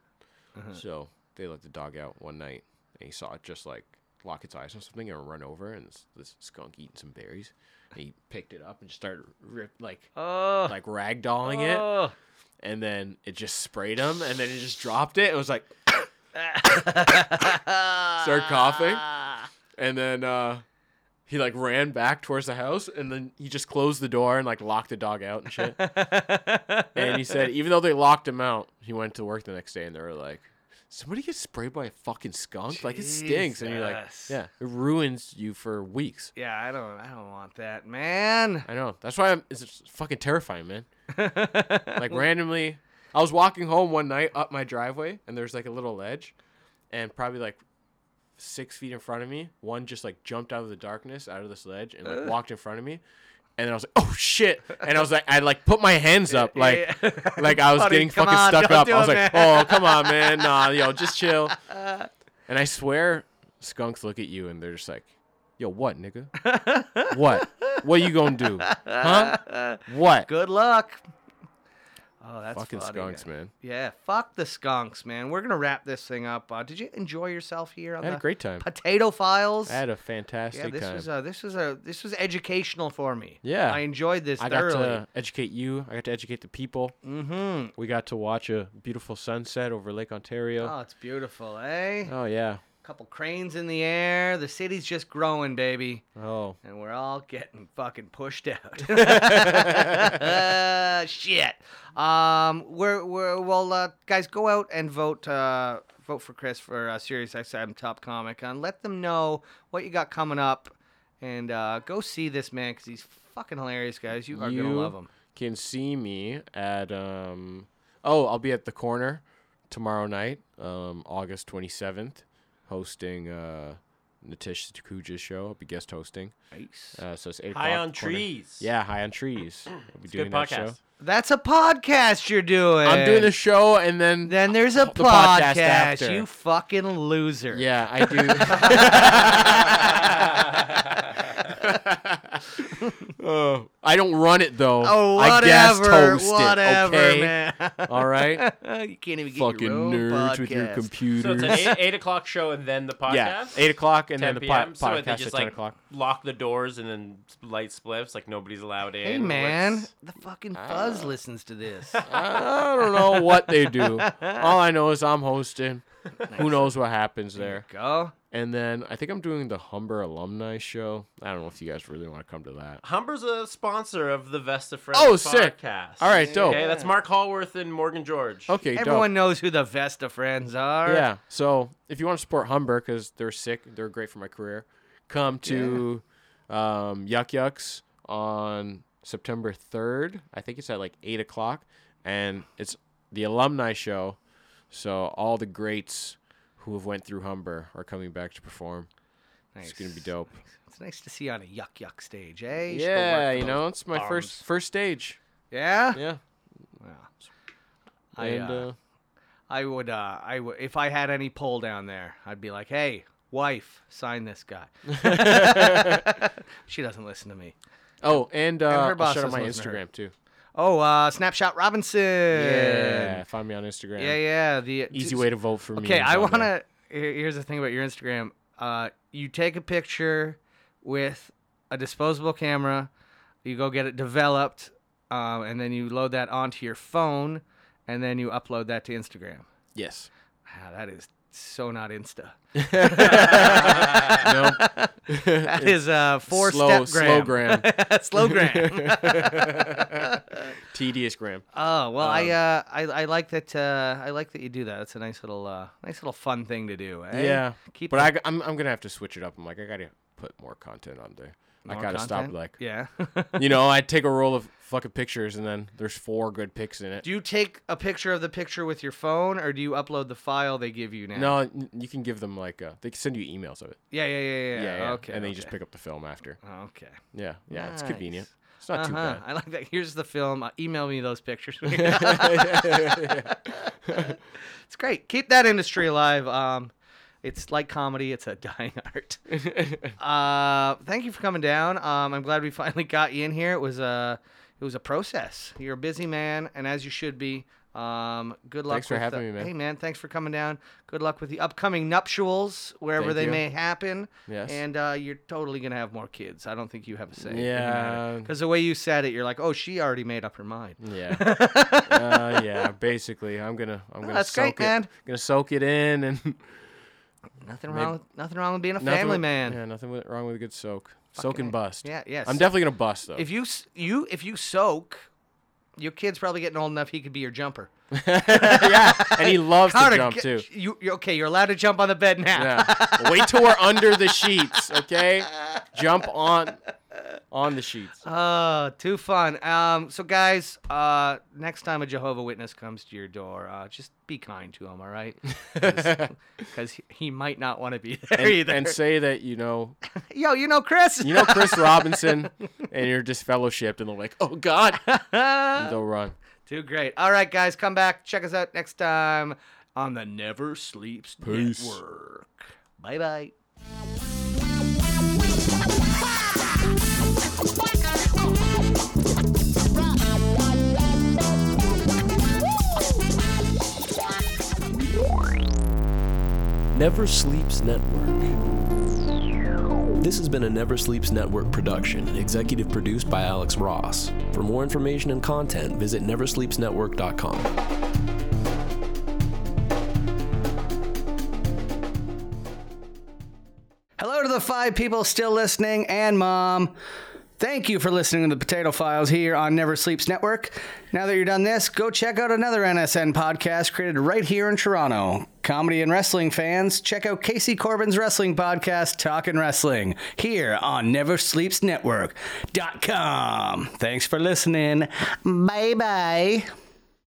Speaker 3: So they let the dog out one night and he saw it just like lock its eyes on something and run over and this, this skunk eating some berries. And he picked it up and started rip like
Speaker 2: Oh,
Speaker 3: like ragdolling it
Speaker 2: oh.
Speaker 3: and then it just sprayed him and then it just dropped it. It was like started coughing and then uh he like ran back towards the house and then he just closed the door and like locked the dog out and shit. and he said even though they locked him out, he went to work the next day and they were like Somebody gets sprayed by a fucking skunk, like it stinks, and you're like,
Speaker 2: Jesus.
Speaker 3: yeah, it ruins you for weeks.
Speaker 2: Yeah, I don't, I don't want that, man.
Speaker 3: I know. That's why I'm, it's just fucking terrifying, man. like randomly, I was walking home one night up my driveway, and there's like a little ledge, and probably like six feet in front of me, one just like jumped out of the darkness, out of this ledge, and like walked in front of me, and then I was like, oh shit, and I was like, I like put my hands up, like,
Speaker 2: Yeah.
Speaker 3: like I was
Speaker 2: Buddy,
Speaker 3: getting
Speaker 2: come
Speaker 3: fucking
Speaker 2: on,
Speaker 3: stuck
Speaker 2: don't
Speaker 3: up.
Speaker 2: do
Speaker 3: I was
Speaker 2: it,
Speaker 3: like,
Speaker 2: man. Uh,
Speaker 3: oh come on, man, nah, yo, just chill. And I swear, skunks look at you and they're just like, yo, what, nigga? What? What you gonna do? Huh? What?
Speaker 2: Good luck. Oh, that's
Speaker 3: Fucking
Speaker 2: funny,
Speaker 3: skunks, man.
Speaker 2: Yeah, fuck the skunks, man. We're gonna wrap this thing up. Uh, did you enjoy yourself here on
Speaker 3: I had
Speaker 2: the
Speaker 3: a great time.
Speaker 2: Potato Files?
Speaker 3: I had a
Speaker 2: yeah,
Speaker 3: fantastic
Speaker 2: this
Speaker 3: time.
Speaker 2: was uh, this was a this was educational for me.
Speaker 3: Yeah.
Speaker 2: I enjoyed this
Speaker 3: I got
Speaker 2: thoroughly.
Speaker 3: to educate you. I got to educate the people.
Speaker 2: Mm-hmm.
Speaker 3: We got to watch a beautiful sunset over Lake Ontario.
Speaker 2: Oh, it's beautiful, eh?
Speaker 3: Oh, yeah.
Speaker 2: couple cranes in the air. The city's just growing, baby.
Speaker 3: Oh.
Speaker 2: and we're all getting fucking pushed out. Shit. Um, we're we're well, uh, guys, go out and vote. Uh, vote for Chris for uh, Sirius XM Top Comic Con. Let them know what you got coming up, and uh, go see this man because he's fucking hilarious, guys. You are gonna
Speaker 3: You
Speaker 2: love him.
Speaker 3: can see me at um oh i'll be at the corner tomorrow night um august 27th hosting uh natish Takuja's show i'll be guest hosting
Speaker 2: Nice.
Speaker 3: uh so it's eight
Speaker 4: High
Speaker 3: o'clock
Speaker 4: on
Speaker 3: at the corner.
Speaker 4: trees.
Speaker 3: yeah high on trees i'll be
Speaker 4: It's a
Speaker 3: doing
Speaker 4: good
Speaker 3: that
Speaker 4: podcast.
Speaker 3: show
Speaker 2: That's a podcast you're doing.
Speaker 3: i'm doing a show and then
Speaker 2: Then there's a
Speaker 3: The
Speaker 2: podcast.
Speaker 3: podcast after.
Speaker 2: you fucking loser.
Speaker 3: yeah i do Oh, I don't run it though.
Speaker 2: Oh,
Speaker 3: I guest
Speaker 2: whatever.
Speaker 3: host it,
Speaker 2: Whatever,
Speaker 3: okay?
Speaker 2: man.
Speaker 3: All right.
Speaker 2: Oh, you can't even get
Speaker 3: fucking
Speaker 2: your own
Speaker 3: nerds
Speaker 2: podcast.
Speaker 3: with your
Speaker 4: So
Speaker 3: computers.
Speaker 4: it's an eight, eight o'clock show and then the podcast.
Speaker 3: yeah, eight o'clock, and
Speaker 4: 10
Speaker 3: then the po-
Speaker 4: p.m.
Speaker 3: podcast
Speaker 4: so they
Speaker 3: at
Speaker 4: just
Speaker 3: ten
Speaker 4: like
Speaker 3: o'clock.
Speaker 4: lock the doors and then light spliffs. Like nobody's allowed in.
Speaker 2: Hey man,
Speaker 4: Let's-
Speaker 2: the fucking
Speaker 3: Ah.
Speaker 2: fuzz listens to this.
Speaker 3: I don't know what they do. All I know is I'm hosting. Who knows what happens there?
Speaker 2: Go.
Speaker 3: And then I think I'm doing the Humber alumni show. I don't know if you guys really want to come to that.
Speaker 4: Humber's a sponsor of the Vesta Friends
Speaker 3: Oh, sick.
Speaker 4: podcast.
Speaker 3: All right, dope.
Speaker 4: Okay, that's Mark Hallworth and Morgan George.
Speaker 3: Okay,
Speaker 2: Everyone knows who the Vesta friends are.
Speaker 3: Dope. Yeah. So if you want to support Humber because they're sick, they're great for my career. Come to um, Yuck Yucks on September third. I think it's at like eight o'clock, and it's the alumni show. So all the greats who have went through Humber are coming back to perform.
Speaker 2: Nice.
Speaker 3: It's gonna be dope.
Speaker 2: It's nice to see you on a yuck yuck stage, eh? should go
Speaker 3: yeah,
Speaker 2: work
Speaker 3: you
Speaker 2: those
Speaker 3: know, it's my
Speaker 2: bombs.
Speaker 3: first first stage.
Speaker 2: Yeah.
Speaker 3: Yeah,
Speaker 2: Wow. I,
Speaker 3: and
Speaker 2: uh,
Speaker 3: uh,
Speaker 2: I would, uh, I would, if I had any pull down there, I'd be like, hey, wife, sign this guy. she doesn't listen to me.
Speaker 3: oh, and uh,
Speaker 2: her
Speaker 3: I'll
Speaker 2: boss
Speaker 3: shout out
Speaker 2: doesn't
Speaker 3: my
Speaker 2: listen to her.
Speaker 3: Instagram too.
Speaker 2: Oh, uh, Snapshot Robinson.
Speaker 3: Yeah, find me on Instagram.
Speaker 2: Yeah, yeah. The
Speaker 3: Easy way to vote for me.
Speaker 2: Okay,
Speaker 3: is
Speaker 2: I
Speaker 3: on
Speaker 2: want
Speaker 3: there.
Speaker 2: to. Here's the thing about your Instagram. Uh, you take a picture with a disposable camera. You go get it developed. um, and then you load that onto your phone, and then you upload that to Instagram.
Speaker 3: Yes.
Speaker 2: Wow, that is so not Insta.
Speaker 3: No.
Speaker 2: That is uh, four
Speaker 3: slow,
Speaker 2: step
Speaker 3: slow
Speaker 2: gram.
Speaker 3: gram.
Speaker 2: slow gram.
Speaker 3: Tedious gram.
Speaker 2: Oh well,
Speaker 3: Um,
Speaker 2: I, uh, I I like that. Uh, I like that you do that. It's a nice little uh, nice little fun thing to do. eh?
Speaker 3: yeah.
Speaker 2: keep
Speaker 3: but
Speaker 2: the-
Speaker 3: I, g- I'm, I'm going to have to switch it up. I'm like, I got to put more content on there. I
Speaker 2: More
Speaker 3: got to stop,
Speaker 2: content.
Speaker 3: like,
Speaker 2: Yeah.
Speaker 3: you know, I take a roll of fucking pictures and then there's four good pics in it.
Speaker 2: do you take a picture of the picture with your phone, or do you upload the file they give you now?
Speaker 3: No, n- you can give them like, a, they can send you emails of it.
Speaker 2: Yeah, yeah, yeah, yeah. Okay.
Speaker 3: And then
Speaker 2: okay.
Speaker 3: you just pick up the film after.
Speaker 2: Okay.
Speaker 3: Yeah. Yeah. It's
Speaker 2: Nice.
Speaker 3: convenient. It's not too
Speaker 2: Uh-huh.
Speaker 3: bad.
Speaker 2: I like that. Here's the film. Uh, email me those pictures. it's great. Keep that industry alive. Um, it's like comedy. It's a dying art. uh, thank you for coming down. Um, I'm glad we finally got you in here. It was a it was a process. You're a busy man, and as you should be. Um, good luck.
Speaker 3: Thanks for
Speaker 2: with
Speaker 3: having
Speaker 2: the-
Speaker 3: me, man.
Speaker 2: Hey, man. Thanks for coming down. Good luck with the upcoming nuptials, wherever
Speaker 3: Thank
Speaker 2: they
Speaker 3: you.
Speaker 2: may happen.
Speaker 3: Yes.
Speaker 2: And uh, you're totally gonna have more kids. I don't think you have a say.
Speaker 3: Yeah.
Speaker 2: Because Mm. the way you said it, you're like, oh, she already made up her mind.
Speaker 3: Yeah. uh, yeah. Basically, I'm gonna I'm gonna
Speaker 2: that's great,
Speaker 3: soak it.
Speaker 2: man.
Speaker 3: Gonna soak it in and
Speaker 2: Nothing wrong. With, nothing wrong with being a
Speaker 3: nothing
Speaker 2: family
Speaker 3: with-
Speaker 2: man.
Speaker 3: Yeah, nothing with- wrong with a good soak. soak and
Speaker 2: A.
Speaker 3: bust.
Speaker 2: Yeah, yeah,
Speaker 3: I'm
Speaker 2: so-
Speaker 3: definitely gonna bust though.
Speaker 2: If you s- you if you soak, your kid's probably getting old enough he could be your jumper.
Speaker 3: yeah, and he loves to
Speaker 2: Carter,
Speaker 3: jump
Speaker 2: get-
Speaker 3: too.
Speaker 2: You you're, okay? You're allowed to jump on the bed now.
Speaker 3: Yeah. Wait till we're under the sheets, okay? Jump on on the sheets.
Speaker 2: Oh, too fun. Um, so guys, uh, next time a Jehovah Witness comes to your door, uh, just be kind to him, all right? Because he, he might not want to be there
Speaker 3: And,
Speaker 2: either.
Speaker 3: and say that you know
Speaker 2: Yo, you know Chris?
Speaker 3: you know Chris Robinson and you're disfellowshipped and they're like, Oh god and they'll run.
Speaker 2: Too great. All right, guys, come back. Check us out next time on the Never Sleeps
Speaker 3: Peace.
Speaker 2: Network. Bye bye.
Speaker 5: Never Sleeps Network. This has been a Never Sleeps Network production, executive produced by Alex Ross. For more information and content, visit neversleepsnetwork.com.
Speaker 2: Hello to the five people still listening and mom. Thank you for listening to the Potato Files here on Never Sleeps Network. Now that you're done this, go check out another NSN podcast created right here in Toronto. Comedy and wrestling fans, check out Casey Corbin's wrestling podcast, Talkin' Wrestling, here on NeverSleepsNetwork.com. Thanks for listening. Bye bye.